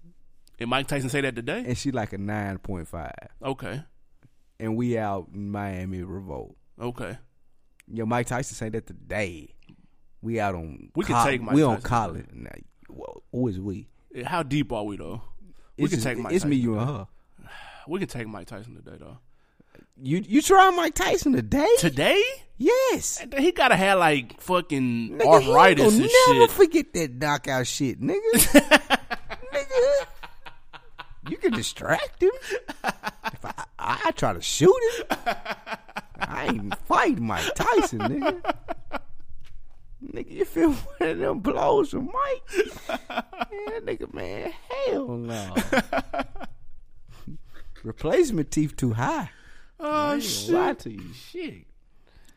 [SPEAKER 1] And Mike Tyson say that today.
[SPEAKER 2] and she like a nine point five,
[SPEAKER 1] Okay,
[SPEAKER 2] and we out in Miami Revolt?
[SPEAKER 1] okay.
[SPEAKER 2] Yo, Mike Tyson said that today. We out on
[SPEAKER 1] We can
[SPEAKER 2] coll-
[SPEAKER 1] take Mike
[SPEAKER 2] we on
[SPEAKER 1] Tyson.
[SPEAKER 2] college. Now, wh- who is we?
[SPEAKER 1] Yeah, How deep are we though? We
[SPEAKER 2] it's
[SPEAKER 1] can
[SPEAKER 2] just-
[SPEAKER 1] take Mike
[SPEAKER 2] It's me,
[SPEAKER 1] Tyson.
[SPEAKER 2] you, and her.
[SPEAKER 1] We can take Mike Tyson today though.
[SPEAKER 2] You you trying Mike Tyson today?
[SPEAKER 1] Today,
[SPEAKER 2] yes.
[SPEAKER 1] he gotta have like fucking
[SPEAKER 2] Nigga, he ain't
[SPEAKER 1] arthritis
[SPEAKER 2] gonna
[SPEAKER 1] and
[SPEAKER 2] never
[SPEAKER 1] shit.
[SPEAKER 2] forget that knockout shit, nigga. nigga. You can distract him. If I, I, I try to shoot him. I ain't fight Mike Tyson, nigga. Nigga, you feel one of them blows from Mike? Man, that nigga, man, hell no. Replacement teeth too high.
[SPEAKER 1] oh
[SPEAKER 2] Lie to you, shit.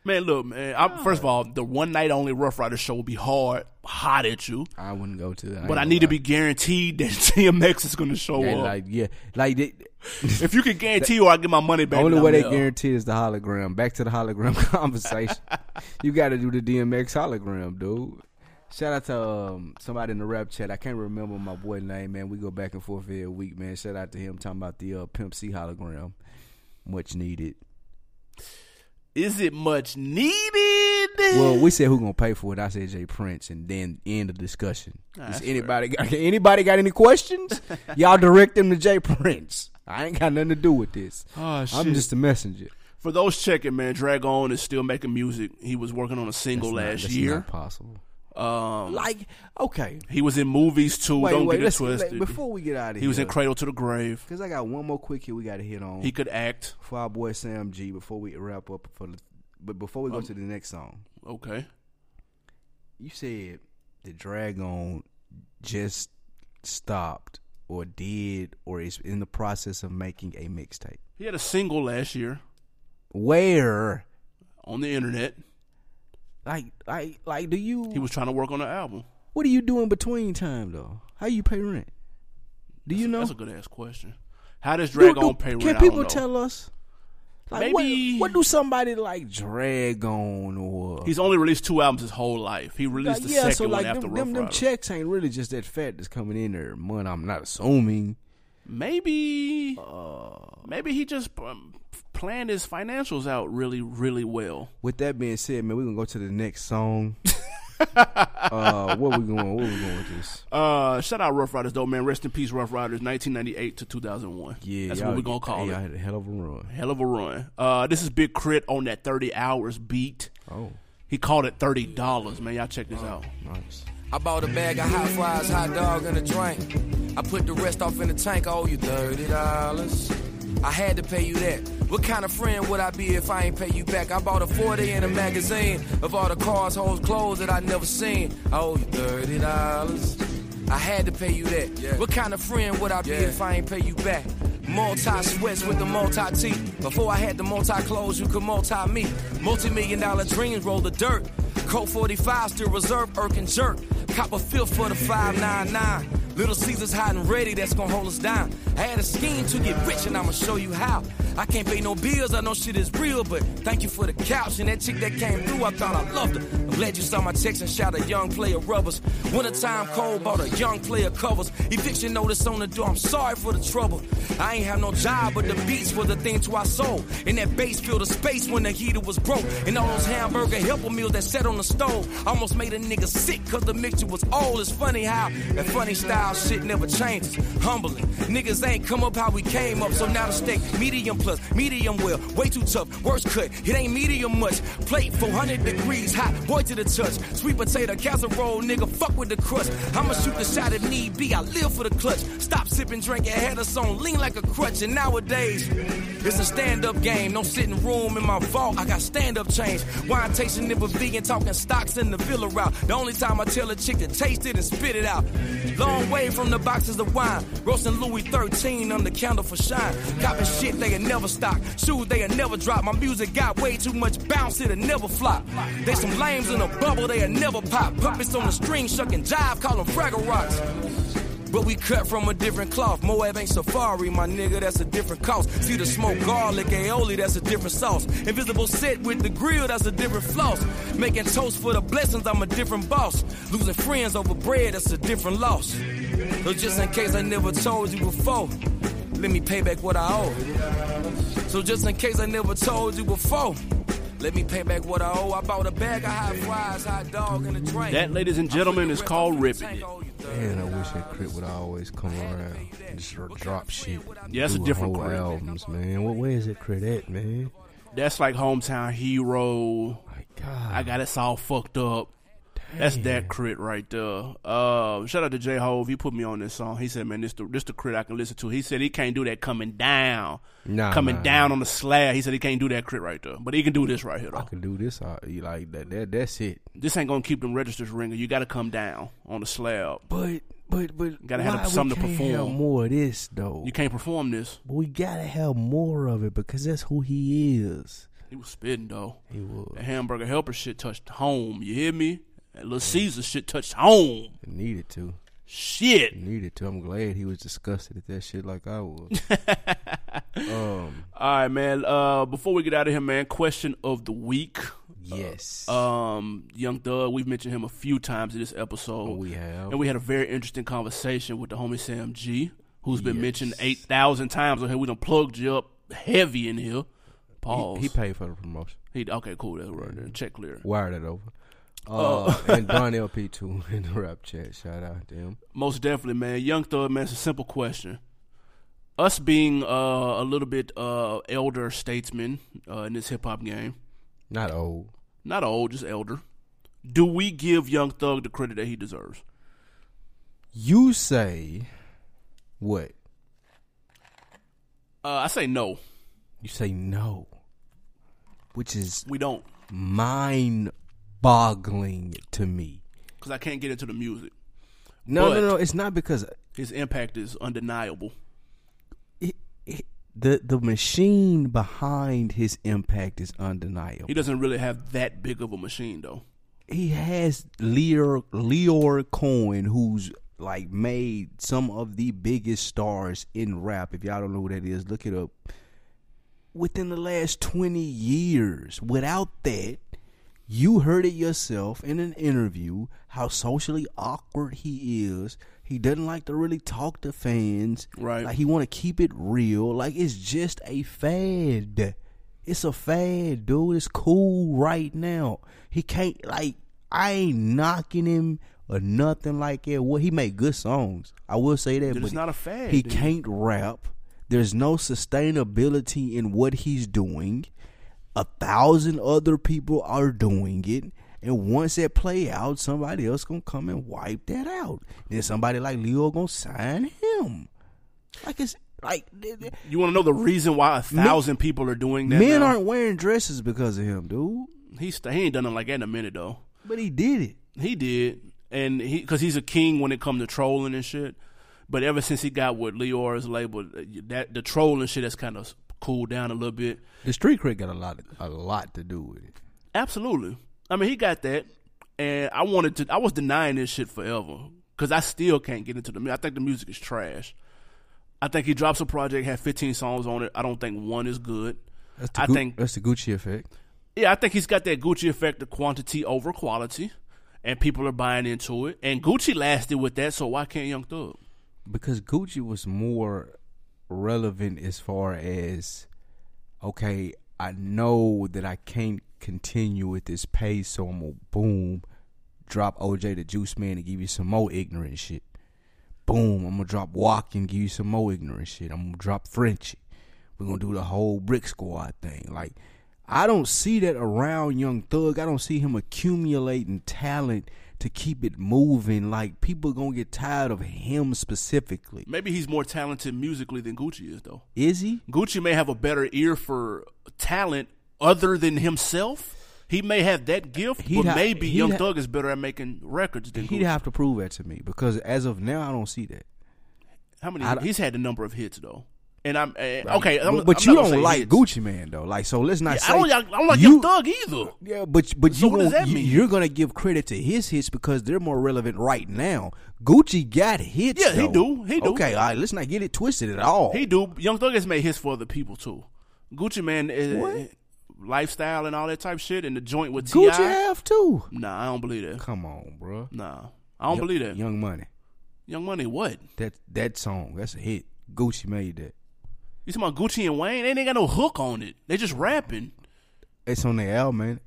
[SPEAKER 1] Man, look, man. I, First of all, the one night only Rough Rider show will be hard, hot at you.
[SPEAKER 2] I wouldn't go to that.
[SPEAKER 1] But I
[SPEAKER 2] ain't
[SPEAKER 1] need to
[SPEAKER 2] gonna
[SPEAKER 1] be guaranteed that TMX is going to show
[SPEAKER 2] lie. They
[SPEAKER 1] up.
[SPEAKER 2] like yeah, like they,
[SPEAKER 1] if you can guarantee, or I get my money back.
[SPEAKER 2] only
[SPEAKER 1] then
[SPEAKER 2] way
[SPEAKER 1] I'm
[SPEAKER 2] they
[SPEAKER 1] there.
[SPEAKER 2] guarantee is the hologram. Back to the hologram conversation. you got to do the DMX hologram, dude. Shout out to um, somebody in the rap chat. I can't remember my boy name, man. We go back and forth every week, man. Shout out to him talking about the uh, Pimp C hologram, much needed.
[SPEAKER 1] Is it much needed?
[SPEAKER 2] Well, we said who gonna pay for it. I said Jay Prince, and then end the discussion.
[SPEAKER 1] Ah,
[SPEAKER 2] Does
[SPEAKER 1] that's
[SPEAKER 2] anybody got anybody got any questions? Y'all direct them to Jay Prince. I ain't got nothing to do with this.
[SPEAKER 1] Oh, shit.
[SPEAKER 2] I'm just a messenger.
[SPEAKER 1] For those checking, man, Dragon is still making music. He was working on a single
[SPEAKER 2] Not-
[SPEAKER 1] last
[SPEAKER 2] that's
[SPEAKER 1] year.
[SPEAKER 2] not possible.
[SPEAKER 1] Um,
[SPEAKER 2] Like okay,
[SPEAKER 1] he was in movies too.
[SPEAKER 2] wait,
[SPEAKER 1] Don't
[SPEAKER 2] wait.
[SPEAKER 1] get it
[SPEAKER 2] let's, let-
[SPEAKER 1] twisted.
[SPEAKER 2] before we get out of here,
[SPEAKER 1] he was in Cradle to the Grave.
[SPEAKER 2] because I got one more quickie we got to hit on
[SPEAKER 1] He could act.
[SPEAKER 2] for our boy Sam G. Before we wrap up for the, but
[SPEAKER 1] Um,
[SPEAKER 2] before we go to the next song,
[SPEAKER 1] Okay.
[SPEAKER 2] you said the Dragon just stopped or did or is in the process of making a mixtape.
[SPEAKER 1] He had a single last year
[SPEAKER 2] Where,
[SPEAKER 1] on the internet.
[SPEAKER 2] like, like, like, do you?
[SPEAKER 1] He was trying to work on an album.
[SPEAKER 2] what do you do in between time though? How you pay rent? Do you know?
[SPEAKER 1] That's a good ass question. How does
[SPEAKER 2] Do-
[SPEAKER 1] Dragon
[SPEAKER 2] do-
[SPEAKER 1] pay rent?
[SPEAKER 2] Can
[SPEAKER 1] I don't
[SPEAKER 2] people
[SPEAKER 1] know.
[SPEAKER 2] tell us? Like
[SPEAKER 1] Maybe-
[SPEAKER 2] what, what do somebody like drag on or
[SPEAKER 1] He's only released two albums his whole life. He
[SPEAKER 2] Like,
[SPEAKER 1] released the
[SPEAKER 2] yeah,
[SPEAKER 1] second
[SPEAKER 2] so like
[SPEAKER 1] one after
[SPEAKER 2] them,
[SPEAKER 1] Rough
[SPEAKER 2] them, them
[SPEAKER 1] Rider.
[SPEAKER 2] checks ain't really just that fat that's coming in there month. I'm not assuming.
[SPEAKER 1] Maybe, maybe he just um, planned his financials out really, really well.
[SPEAKER 2] With that being said, man, we're gonna go to the next song. uh where we going? Where we going with this?
[SPEAKER 1] Uh, shout out Rough Riders though, man. Rest in peace, Rough Riders, 1998 to 2001.
[SPEAKER 2] Yeah,
[SPEAKER 1] that's
[SPEAKER 2] y'all-
[SPEAKER 1] what we're gonna call
[SPEAKER 2] hey,
[SPEAKER 1] it.
[SPEAKER 2] Y'all had a hell of a run.
[SPEAKER 1] Hell of a run. Uh, this is Big Crit on that 30 hours beat.
[SPEAKER 2] Oh,
[SPEAKER 1] He called it thirty dollars, man. Y'all check this out.
[SPEAKER 2] nice.
[SPEAKER 4] I bought a bag of hot fries, hot dog, and a drink. I put the rest off in the tank. I owe you thirty dollars. I had to pay you that. What kind of friend would I be if I ain't pay you back? I bought a 40 in a magazine of all the cars, hoes, clothes that I never seen. I owe you thirty dollars. I had to pay you that. What kind of friend would I be if I ain't pay you back? Multi sweats with the multi T. Before I had the multi clothes, you could multi me. Multi million dollar dreams roll the dirt. Code 45 still reserve, irk and jerk. Cop a fifth for the 599. Little Caesars hot and ready, that's gonna hold us down. I had a scheme to get rich, and I'ma show you how. I can't pay no bills, I know shit is real, but thank you for the couch. And that chick that came through, I thought I loved her. I'm glad you saw my text and shot a young player rubbers. Wintertime cold, bought a young player covers. Eviction notice on the door, I'm sorry for the trouble. I ain't have no job, but the beats was the thing to our soul. And that bass filled the space when the heater was broke. And all those hamburger helper meals that sat on the stove almost made a nigga sick, cause the mixture was old. It's funny how that funny style shit never changes. Humbling. Niggas ain't come up how we came up, so now the steak medium plus, medium well, way too tough, worst cut. It ain't medium much. Plate 400 degrees hot, boy to the touch. Sweet potato casserole, nigga, fuck with the crust. I'ma shoot the shot if need be. I live for the clutch. Stop sipping, drink, and had us on lean like a crutch. And nowadays, it's a stand-up game. No sitting room in my vault. I got stand-up change. Wine tasting nipper vegan, talking stocks in the villa route. The only time I tell a chick to taste it and spit it out. Long way from the boxes of wine. Roasting Louis 13 on the candle for shine. Copping shit they'll never stop. Shoes they'll never drop. My music got way too much bounce, it'll never flop. They some lames in a bubble, they'll never pop. Puppets on the string, shucking jive, call them Fraggle Rocks. But we cut from a different cloth. Moab ain't safari, my nigga, that's a different cost. See the smoked garlic, aioli, that's a different sauce. Invisible set with the grill, that's a different floss. Making toast for the blessings, I'm a different boss. Losing friends over bread, that's a different loss. So just in case I never told you before, let me pay back what I owe. So just in case I never told you before, let me pay back what I owe. I bought a bag of hot fries, hot dog, and a drink.
[SPEAKER 1] That, ladies and gentlemen, is called ripping it.
[SPEAKER 2] Man, I wish that Crit would always come around and just drop shit.
[SPEAKER 1] Yeah, that's a
[SPEAKER 2] Do
[SPEAKER 1] different
[SPEAKER 2] whole
[SPEAKER 1] Crit.
[SPEAKER 2] albums, man. What where is that Crit at, man?
[SPEAKER 1] That's like hometown hero.
[SPEAKER 2] My God,
[SPEAKER 1] I got us all fucked up. That's that crit right there. Uh, shout out to J Hove. He put me on this song. He said, "Man, this the this the crit I can listen to." He said he can't do that coming down,
[SPEAKER 2] Nah,
[SPEAKER 1] coming
[SPEAKER 2] nah.
[SPEAKER 1] down on the slab. He said he can't do that crit right there, but he can do this right here.
[SPEAKER 2] I
[SPEAKER 1] Though.
[SPEAKER 2] can do this. I, like that. That that's it.
[SPEAKER 1] This ain't gonna keep them registers ringing. You got to come down on the slab.
[SPEAKER 2] But but but
[SPEAKER 1] Gotta have
[SPEAKER 2] why we
[SPEAKER 1] something to
[SPEAKER 2] can't
[SPEAKER 1] perform.
[SPEAKER 2] Have more of this though.
[SPEAKER 1] You can't perform this.
[SPEAKER 2] But we gotta have more of it because that's who he is.
[SPEAKER 1] He was spitting though.
[SPEAKER 2] He was.
[SPEAKER 1] The hamburger helper shit touched home. You hear me? That Little Caesar shit touched home.
[SPEAKER 2] Needed to.
[SPEAKER 1] Shit.
[SPEAKER 2] Needed to. I'm glad he was disgusted at that shit like I was. um.
[SPEAKER 1] All right, man. Uh, before we get out of here, man, question of the week.
[SPEAKER 2] Yes.
[SPEAKER 1] Um, Young Thug, we've mentioned him a few times in this episode.
[SPEAKER 2] uh, Oh, we have.
[SPEAKER 1] And we had a very interesting conversation with the homie Sam G, who's been mentioned 8,000 times on here. We done plugged you up heavy in here. Pause.
[SPEAKER 2] he paid for the promotion.
[SPEAKER 1] He- okay, cool. That's right there. Check clear.
[SPEAKER 2] Wire that over. Uh, and Don LP too in the rap chat. Shout out to him.
[SPEAKER 1] Most definitely, man. Young Thug, man, it's a simple question. Us being uh, a little bit uh, elder statesmen uh, in this hip hop game,
[SPEAKER 2] Not old.
[SPEAKER 1] not old, just elder, do we give Young Thug the credit that he deserves?
[SPEAKER 2] You say what?
[SPEAKER 1] Uh, I say no.
[SPEAKER 2] You say no, which is
[SPEAKER 1] We don't,
[SPEAKER 2] mind-boggling to me.
[SPEAKER 1] because I can't get into the music.
[SPEAKER 2] No,
[SPEAKER 1] But-
[SPEAKER 2] no, no. It's not because
[SPEAKER 1] His impact is undeniable.
[SPEAKER 2] it, it, the the machine behind his impact is undeniable.
[SPEAKER 1] He doesn't really have that big of a machine, though.
[SPEAKER 2] he has Leor Leor Cohen, who's like made some of the biggest stars in rap. If y'all don't know who that is, look it up. Within the last twenty years, without that, you heard it yourself in an interview how socially awkward he is. He doesn't like to really talk to fans.
[SPEAKER 1] Right.
[SPEAKER 2] Like he want to keep it real. Like it's just a fad. It's a fad, dude. It's cool right now. He can't like I ain't knocking him or nothing like that. Well, he make good songs. I will say that.
[SPEAKER 1] Dude,
[SPEAKER 2] but
[SPEAKER 1] it's not a fad,
[SPEAKER 2] He
[SPEAKER 1] dude.
[SPEAKER 2] can't rap. There's no sustainability in what he's doing. A thousand other people are doing it. And once that play out, somebody else gonna come and wipe that out. Then somebody like Leo gonna sign him. Like it's like th- th-
[SPEAKER 1] You want to know the reason why a thousand people are doing that?
[SPEAKER 2] men
[SPEAKER 1] now?
[SPEAKER 2] aren't wearing dresses because of him, dude.
[SPEAKER 1] He's he ain't done nothing like that in a minute though.
[SPEAKER 2] But he did it.
[SPEAKER 1] He did, and he because he's a king when it comes to trolling and shit. But ever since he got with Leor's label, uh, that the trolling shit has kind of cooled down a little bit.
[SPEAKER 2] The street cred got a lot a lot to do with it.
[SPEAKER 1] Absolutely. I mean, he got that, and I wanted to. I was denying this shit forever because I still can't get into the. mu- I think the music is trash. I think he drops a project had 15 songs on it. I don't think one is good.
[SPEAKER 2] That's the
[SPEAKER 1] I
[SPEAKER 2] Gu-
[SPEAKER 1] think
[SPEAKER 2] that's the Gucci effect.
[SPEAKER 1] Yeah, I think he's got that Gucci effect of quantity over quality, and people are buying into it. And Gucci lasted with that, so why can't Young Thug?
[SPEAKER 2] because Gucci was more relevant as far as okay, I know that I can't continue at this pace, so I'm gonna boom, drop OJ the Juice Man and give you some more ignorant shit. Boom, I'm gonna drop Walk and give you some more ignorant shit. I'm gonna drop Frenchie. We're gonna do the whole Brick Squad thing. Like, I don't see that around Young Thug. I don't see him accumulating talent to keep it moving. Like, people gonna get tired of him specifically.
[SPEAKER 1] Maybe he's more talented musically than Gucci is, though.
[SPEAKER 2] Is he?
[SPEAKER 1] Gucci may have a better ear for talent other than himself. He may have that gift,
[SPEAKER 2] He'd
[SPEAKER 1] but
[SPEAKER 2] ha-
[SPEAKER 1] maybe
[SPEAKER 2] he'd
[SPEAKER 1] Young
[SPEAKER 2] ha-
[SPEAKER 1] Thug is better at making records than
[SPEAKER 2] He'd
[SPEAKER 1] Gucci.
[SPEAKER 2] have to prove that to me because as of now, I don't see that.
[SPEAKER 1] How many?
[SPEAKER 2] I don't-
[SPEAKER 1] He's had a number of hits though, and I'm uh, okay. I'm,
[SPEAKER 2] but but
[SPEAKER 1] I'm
[SPEAKER 2] you
[SPEAKER 1] not gonna
[SPEAKER 2] don't
[SPEAKER 1] say
[SPEAKER 2] like
[SPEAKER 1] hits.
[SPEAKER 2] Gucci Man though. Like, so let's not
[SPEAKER 1] Yeah,
[SPEAKER 2] say
[SPEAKER 1] I don't, like- I don't like
[SPEAKER 2] you-
[SPEAKER 1] Young Thug either.
[SPEAKER 2] Yeah, but but
[SPEAKER 1] So
[SPEAKER 2] you
[SPEAKER 1] what does
[SPEAKER 2] won't,
[SPEAKER 1] that
[SPEAKER 2] you-
[SPEAKER 1] mean?
[SPEAKER 2] you're gonna give credit to his hits because they're more relevant right now. Gucci got hits.
[SPEAKER 1] Yeah, he
[SPEAKER 2] though.
[SPEAKER 1] do. He do.
[SPEAKER 2] Okay, all right. Let's not get it twisted at all.
[SPEAKER 1] He do. Young Thug has made hits for other people too. Gucci man, is, lifestyle and all that type shit, and the joint with
[SPEAKER 2] Gucci
[SPEAKER 1] Ti.
[SPEAKER 2] have too.
[SPEAKER 1] Nah, I don't believe that.
[SPEAKER 2] Come on, bro.
[SPEAKER 1] Nah, I don't believe that. Young,
[SPEAKER 2] Young Money.
[SPEAKER 1] Money, what?
[SPEAKER 2] That that song. That's a hit. Gucci made that.
[SPEAKER 1] You talking about Gucci and Wayne? They ain't got no hook on it. They just rapping.
[SPEAKER 2] It's on the album. man.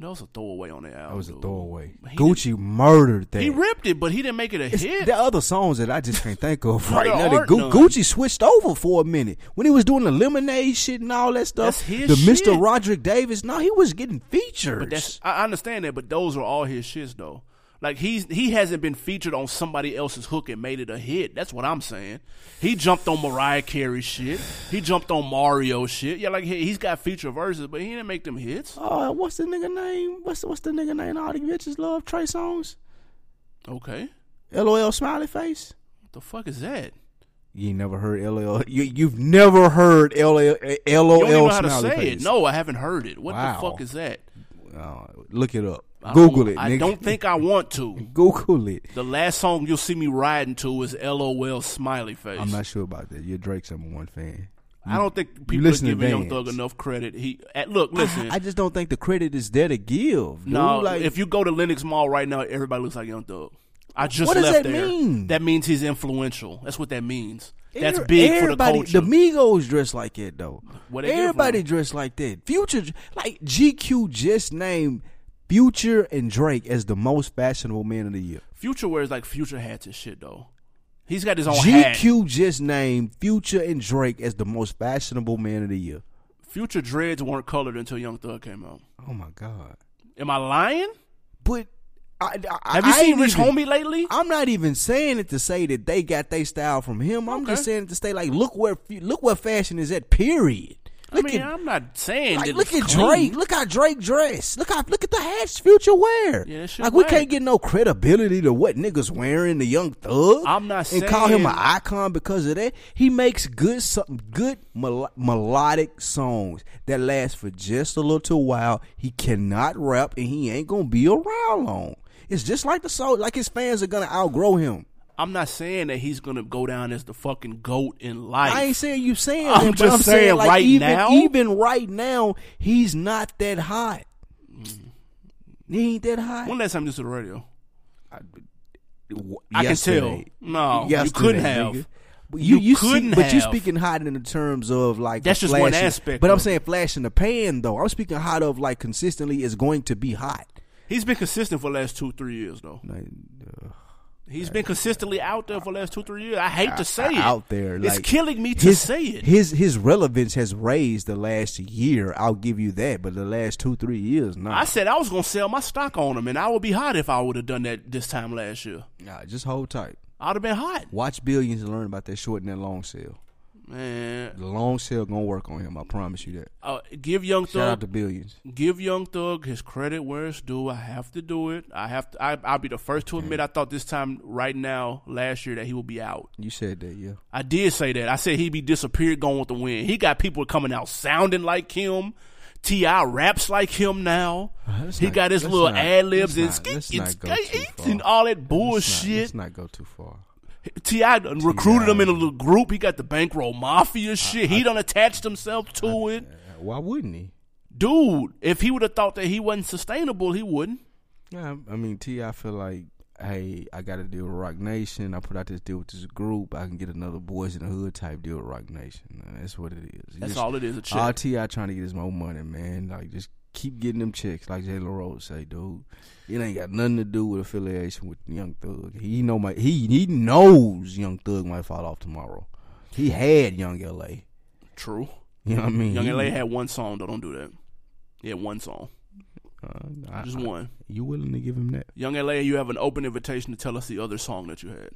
[SPEAKER 1] That was a throwaway on the album.
[SPEAKER 2] That was a
[SPEAKER 1] dude.
[SPEAKER 2] throwaway.
[SPEAKER 1] Oh, He
[SPEAKER 2] Gucci murdered that.
[SPEAKER 1] He ripped it, but he didn't make it a
[SPEAKER 2] It's-
[SPEAKER 1] hit.
[SPEAKER 2] There are other songs that I just can't think of right
[SPEAKER 1] there
[SPEAKER 2] now. That
[SPEAKER 1] aren't
[SPEAKER 2] Gu-
[SPEAKER 1] none.
[SPEAKER 2] Gucci switched over for a minute when he was doing the lemonade shit and all that stuff.
[SPEAKER 1] That's his
[SPEAKER 2] the
[SPEAKER 1] shit.
[SPEAKER 2] Mr. Roderick Davis. No, he was getting features.
[SPEAKER 1] But that's I I understand that, but those are all his shits though. Like he's he hasn't been featured on somebody else's hook and made it a hit. That's what I'm saying. He jumped on Mariah Carey shit. He jumped on Mario shit. Yeah, like he, he's got feature verses, but he didn't make them hits.
[SPEAKER 2] uh, what's the nigga name? What's the, what's the nigga name? All the bitches love Trey songs.
[SPEAKER 1] Okay,
[SPEAKER 2] LOL smiley face.
[SPEAKER 1] the fuck is that?
[SPEAKER 2] You ain't never heard LL. You you've never heard LL LOL.
[SPEAKER 1] You don't even know how to
[SPEAKER 2] smiley
[SPEAKER 1] say
[SPEAKER 2] face.
[SPEAKER 1] it. No, I haven't heard it. What
[SPEAKER 2] Wow.
[SPEAKER 1] the fuck is that?
[SPEAKER 2] Uh, look it up.
[SPEAKER 1] I don't-
[SPEAKER 2] Google it.
[SPEAKER 1] I
[SPEAKER 2] nigga.
[SPEAKER 1] don't think I want to.
[SPEAKER 2] Google it.
[SPEAKER 1] The last song you'll see me riding to is LOL Smiley Face.
[SPEAKER 2] I'm not sure about that. You're Drake's number one fan.
[SPEAKER 1] I don't think people are
[SPEAKER 2] listen to
[SPEAKER 1] giving Young
[SPEAKER 2] Vans.
[SPEAKER 1] Thug enough credit. He at, look, listen.
[SPEAKER 2] I just don't think the credit is there to give. Dude.
[SPEAKER 1] no,
[SPEAKER 2] like
[SPEAKER 1] if you go to Lennox Mall right now, everybody looks like Young Thug. I just
[SPEAKER 2] What does
[SPEAKER 1] left
[SPEAKER 2] that
[SPEAKER 1] there.
[SPEAKER 2] mean?
[SPEAKER 1] That means he's influential. That's what that means. That's
[SPEAKER 2] every-
[SPEAKER 1] big for the
[SPEAKER 2] everybody,
[SPEAKER 1] culture.
[SPEAKER 2] Migos dress like that though.
[SPEAKER 1] Where they get it
[SPEAKER 2] everybody
[SPEAKER 1] from?
[SPEAKER 2] dress like that. Future, like GQ, just named Future and Drake as the most fashionable men of the year.
[SPEAKER 1] Future wears like Future hats and shit though. He's got his own hat.
[SPEAKER 2] GQ just named Future and Drake as the most fashionable men of the year.
[SPEAKER 1] Future dreads weren't colored until Young Thug came out.
[SPEAKER 2] Oh my god!
[SPEAKER 1] Am I lying?
[SPEAKER 2] But I, I,
[SPEAKER 1] Have you
[SPEAKER 2] I
[SPEAKER 1] seen
[SPEAKER 2] ain't
[SPEAKER 1] Rich
[SPEAKER 2] even-
[SPEAKER 1] Homie lately?
[SPEAKER 2] I'm not even saying it to say that they got their style from him. I'm just
[SPEAKER 1] Okay.
[SPEAKER 2] saying it to say like, look where fu- look where fashion is at. Period.
[SPEAKER 1] I
[SPEAKER 2] Look
[SPEAKER 1] mean,
[SPEAKER 2] at
[SPEAKER 1] I'm not saying
[SPEAKER 2] like,
[SPEAKER 1] that
[SPEAKER 2] look
[SPEAKER 1] it's
[SPEAKER 2] at
[SPEAKER 1] clean.
[SPEAKER 2] Drake. Look how Drake dressed. Look how look at the hats Future wear.
[SPEAKER 1] Yeah, that shit
[SPEAKER 2] like we
[SPEAKER 1] whack.
[SPEAKER 2] can't get no credibility to what niggas wearing. The Young Thug.
[SPEAKER 1] I'm not
[SPEAKER 2] and call him
[SPEAKER 1] saying-
[SPEAKER 2] an icon because of that. He makes good some good mel- melodic songs that last for just a little while. He cannot rap and he ain't gonna be around long. It's just like the soul. Like his fans are gonna outgrow him.
[SPEAKER 1] I'm not saying that he's gonna go down as the fucking goat in life.
[SPEAKER 2] I ain't saying you saying
[SPEAKER 1] I'm
[SPEAKER 2] that, but
[SPEAKER 1] just
[SPEAKER 2] I'm
[SPEAKER 1] saying
[SPEAKER 2] like
[SPEAKER 1] right
[SPEAKER 2] even,
[SPEAKER 1] now-
[SPEAKER 2] even right now, he's not that hot. He ain't that hot.
[SPEAKER 1] Mm. When last time you listened to the radio? I
[SPEAKER 2] Yesterday.
[SPEAKER 1] can tell. No,
[SPEAKER 2] Yesterday,
[SPEAKER 1] you couldn't have.
[SPEAKER 2] nigga. But You,
[SPEAKER 1] You
[SPEAKER 2] you see-
[SPEAKER 1] couldn't
[SPEAKER 2] but you
[SPEAKER 1] have.
[SPEAKER 2] speaking hot in the terms of like
[SPEAKER 1] That's
[SPEAKER 2] the
[SPEAKER 1] just one
[SPEAKER 2] flash-
[SPEAKER 1] aspect
[SPEAKER 2] But I'm
[SPEAKER 1] of it.
[SPEAKER 2] saying flash in the pan though. I'm speaking hot of like consistently is going to be hot.
[SPEAKER 1] He's been consistent for the last two, three years though. He's been consistently out there for the last two, three years. I hate to say it.
[SPEAKER 2] out there.
[SPEAKER 1] it's
[SPEAKER 2] like,
[SPEAKER 1] killing me to
[SPEAKER 2] his,
[SPEAKER 1] say it.
[SPEAKER 2] His his relevance has raised the last year. I'll give you that. But the last two three years, no.
[SPEAKER 1] I said I was gonna sell my stock on him, and I would be hot if I would have done that this time last year.
[SPEAKER 2] nah, just hold tight.
[SPEAKER 1] I'd have been hot,
[SPEAKER 2] Watch billions and learn about that short and that long sale.
[SPEAKER 1] man.
[SPEAKER 2] The long sale gonna work on him. I promise you that.
[SPEAKER 1] Uh, give Young
[SPEAKER 2] Shout out
[SPEAKER 1] Thug,
[SPEAKER 2] to billions.
[SPEAKER 1] give Young Thug his credit where it's due. I have to do it. I have to. I, I'll be the first to admit. I thought this time, right now, last year, that he would be out.
[SPEAKER 2] You said that, yeah.
[SPEAKER 1] I did say that. I said he'd be disappeared going with the wind. He got people coming out sounding like him. Ti raps like him now.
[SPEAKER 2] let's
[SPEAKER 1] he
[SPEAKER 2] not-
[SPEAKER 1] got his
[SPEAKER 2] let's
[SPEAKER 1] little
[SPEAKER 2] not-
[SPEAKER 1] ad libs and
[SPEAKER 2] let's not-
[SPEAKER 1] skit
[SPEAKER 2] let's
[SPEAKER 1] and
[SPEAKER 2] not go too
[SPEAKER 1] skate
[SPEAKER 2] far.
[SPEAKER 1] and all that
[SPEAKER 2] Let's not-
[SPEAKER 1] bullshit.
[SPEAKER 2] Let's not go too far.
[SPEAKER 1] Ti done recruited him in a little group. He got the bankroll mafia shit. he done attached himself to it,
[SPEAKER 2] Uh, Why wouldn't he?
[SPEAKER 1] dude. If he would have thought that he wasn't sustainable, he wouldn't.
[SPEAKER 2] Yeah, I I mean, T. I feel like, hey, I got to deal with Rock Nation. I put out this deal with this group. I can get another Boys in the Hood type deal with Rock Nation. Uh, That's what it is.
[SPEAKER 1] That's
[SPEAKER 2] Just-
[SPEAKER 1] all it is. A check.
[SPEAKER 2] All T.I. trying to get his more money, man. Like, just keep getting them checks, like Jalen Rose say, dude. It ain't got nothing to do with affiliation with Young Thug. He know my he he knows Young Thug might fall off tomorrow. He had Young L.A.
[SPEAKER 1] True.
[SPEAKER 2] You know what I mean?
[SPEAKER 1] Young
[SPEAKER 2] He-
[SPEAKER 1] LA had one song though. Don't do that. He had one song,
[SPEAKER 2] Uh, I-
[SPEAKER 1] just
[SPEAKER 2] I-
[SPEAKER 1] one.
[SPEAKER 2] You willing to give him that?
[SPEAKER 1] Young LA, you have an open invitation to tell us the other song that you had.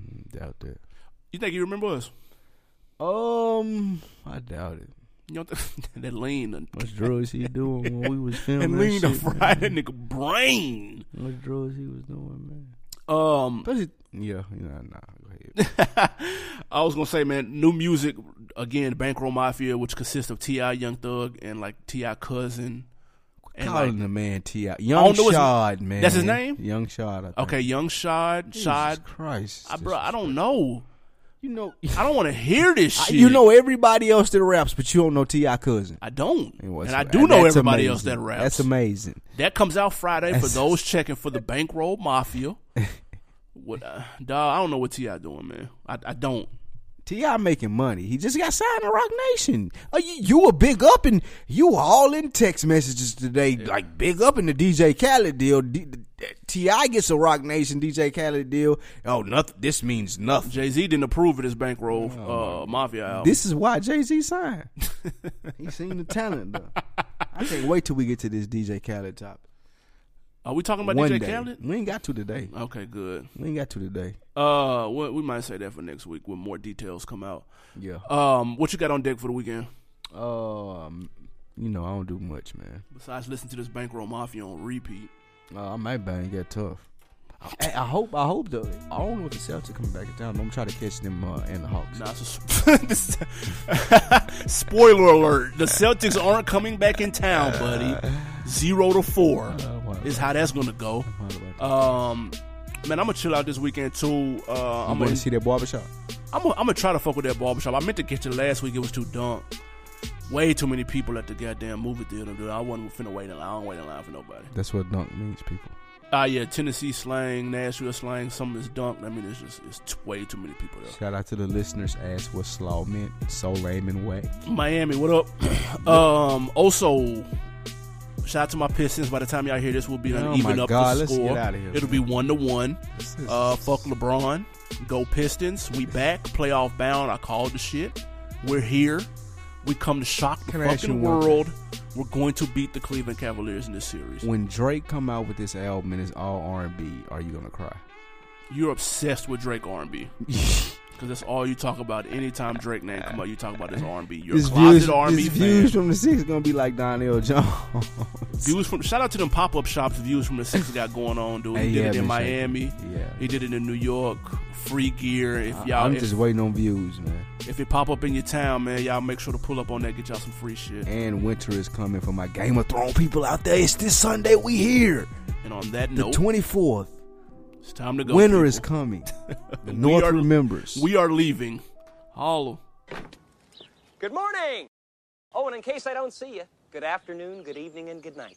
[SPEAKER 2] Mm, Doubt that.
[SPEAKER 1] You think you remember us?
[SPEAKER 2] Um, I doubt it.
[SPEAKER 1] You know, that lean and,
[SPEAKER 2] What drugs he doing when we was filming?
[SPEAKER 1] and
[SPEAKER 2] that
[SPEAKER 1] lean to
[SPEAKER 2] shit,
[SPEAKER 1] fry
[SPEAKER 2] man?
[SPEAKER 1] that nigga brain.
[SPEAKER 2] What drugs he was doing, man?
[SPEAKER 1] Um,
[SPEAKER 2] But it, yeah, nah, nah. Go ahead.
[SPEAKER 1] I was gonna say, man, new music again, Bankroll Mafia, which consists of Ti, Young Thug, and like Ti cousin. And
[SPEAKER 2] Calling
[SPEAKER 1] like,
[SPEAKER 2] the man T.I. Young
[SPEAKER 1] know his-
[SPEAKER 2] Shod, man.
[SPEAKER 1] that's his name?
[SPEAKER 2] Young Shod. I think.
[SPEAKER 1] okay, Young Shad,
[SPEAKER 2] Jesus
[SPEAKER 1] Shad.
[SPEAKER 2] Christ,
[SPEAKER 1] I, bro, I don't know.
[SPEAKER 2] You know,
[SPEAKER 1] I don't want to hear this shit.
[SPEAKER 2] you know everybody else that raps, but you don't know T.I. cousin.
[SPEAKER 1] I don't,
[SPEAKER 2] It was-
[SPEAKER 1] and I do know
[SPEAKER 2] that's
[SPEAKER 1] everybody
[SPEAKER 2] amazing.
[SPEAKER 1] else that raps.
[SPEAKER 2] That's amazing.
[SPEAKER 1] That comes out Friday for
[SPEAKER 2] That's-
[SPEAKER 1] those checking for the Bankroll Mafia. what, uh, dog? I don't know what Ti doing, man. I, I don't.
[SPEAKER 2] Ti making money. He just got signed to Rock Nation. Uh, you, you were big up and you were all in text messages today, like big up in the DJ Khaled deal. D- Ti gets a Rock Nation DJ Khaled deal. Oh, nothing. This means nothing.
[SPEAKER 1] Jay Z didn't approve of this Bankroll
[SPEAKER 2] Oh,
[SPEAKER 1] uh, Mafia album.
[SPEAKER 2] This is why Jay Z signed. he seen the talent though. I can't wait till we get to this DJ Khaled topic.
[SPEAKER 1] Are we talking about
[SPEAKER 2] One
[SPEAKER 1] DJ
[SPEAKER 2] day.
[SPEAKER 1] Khaled?
[SPEAKER 2] We ain't got to today.
[SPEAKER 1] Okay, good.
[SPEAKER 2] We ain't got to today.
[SPEAKER 1] Uh, we, we might say that for next week when more details come out.
[SPEAKER 2] Yeah.
[SPEAKER 1] Um, what you got on deck for the weekend
[SPEAKER 2] Um, you know I don't do much, man.
[SPEAKER 1] besides listen to this Bankroll Mafia on repeat?
[SPEAKER 2] Uh, I might bang get tough. I, I hope. I hope the. I don't know if the Celtics coming back in town. but I'm trying to catch them uh, and the Hawks.
[SPEAKER 1] Nah, it's a s- spoiler alert: the Celtics aren't coming back in town, buddy. Zero to four
[SPEAKER 2] Uh,
[SPEAKER 1] is how that's gonna go. Um, man, I'm gonna chill out this weekend too. Uh,
[SPEAKER 2] I'm
[SPEAKER 1] I'm
[SPEAKER 2] going
[SPEAKER 1] gonna,
[SPEAKER 2] to see that barbershop.
[SPEAKER 1] I'm gonna, I'm gonna try to fuck with that barbershop. I meant to get you last week. It was too dumb. Way too many people at the goddamn movie theater, dude. I wasn't finna wait in line. I don't wait in line for nobody.
[SPEAKER 2] That's what dunk means, people.
[SPEAKER 1] Ah, yeah, Tennessee slang, Nashville slang. Some of it's dumped. I mean, it's just it's t- way too many people there.
[SPEAKER 2] Shout out to the listeners. Ask what slaw meant. So lame and whack.
[SPEAKER 1] Miami, what up? um, also, shout out to my Pistons. By the time y'all hear this, we'll be
[SPEAKER 2] Oh
[SPEAKER 1] done
[SPEAKER 2] my
[SPEAKER 1] even up
[SPEAKER 2] God,
[SPEAKER 1] the
[SPEAKER 2] let's
[SPEAKER 1] score.
[SPEAKER 2] get outta here,
[SPEAKER 1] It'll be one to one.
[SPEAKER 2] This is-
[SPEAKER 1] Uh, fuck LeBron. Go Pistons. We back. Playoff bound. I called the shit. We're here. We come to shock the
[SPEAKER 2] Can I ask you
[SPEAKER 1] fucking
[SPEAKER 2] one
[SPEAKER 1] world. We're going to beat the Cleveland Cavaliers in this series.
[SPEAKER 2] When Drake come out with this album and it's all R and B, are you gonna cry?
[SPEAKER 1] You're obsessed with Drake R&B. Because that's all you talk about. Anytime Drake name come out, you talk about this R&B. You're a
[SPEAKER 2] This
[SPEAKER 1] closet
[SPEAKER 2] views,
[SPEAKER 1] R&B
[SPEAKER 2] this
[SPEAKER 1] fan.
[SPEAKER 2] views from the six gonna be like Donnell Jones.
[SPEAKER 1] Views from shout out to them pop up shops. Views from the six got going on, dude.
[SPEAKER 2] Hey,
[SPEAKER 1] He
[SPEAKER 2] yeah,
[SPEAKER 1] did it in
[SPEAKER 2] man,
[SPEAKER 1] Miami.
[SPEAKER 2] yeah.
[SPEAKER 1] He did it in New York. Free gear. If y'all
[SPEAKER 2] I'm
[SPEAKER 1] if,
[SPEAKER 2] just waiting on views, man.
[SPEAKER 1] if it pop up in your town, man, y'all make sure to pull up on that. Get y'all some free shit.
[SPEAKER 2] And winter is coming for my Game of Thrones people out there. It's this Sunday. We here.
[SPEAKER 1] And on that
[SPEAKER 2] The
[SPEAKER 1] note,
[SPEAKER 2] 24th.
[SPEAKER 1] it's time to go.
[SPEAKER 2] Winter
[SPEAKER 1] people.
[SPEAKER 2] is coming.
[SPEAKER 1] We
[SPEAKER 2] The North
[SPEAKER 1] are-
[SPEAKER 2] remembers.
[SPEAKER 1] We are leaving. Holla.
[SPEAKER 5] Good morning. Oh, and in case I don't see you, good afternoon, good evening, and good night.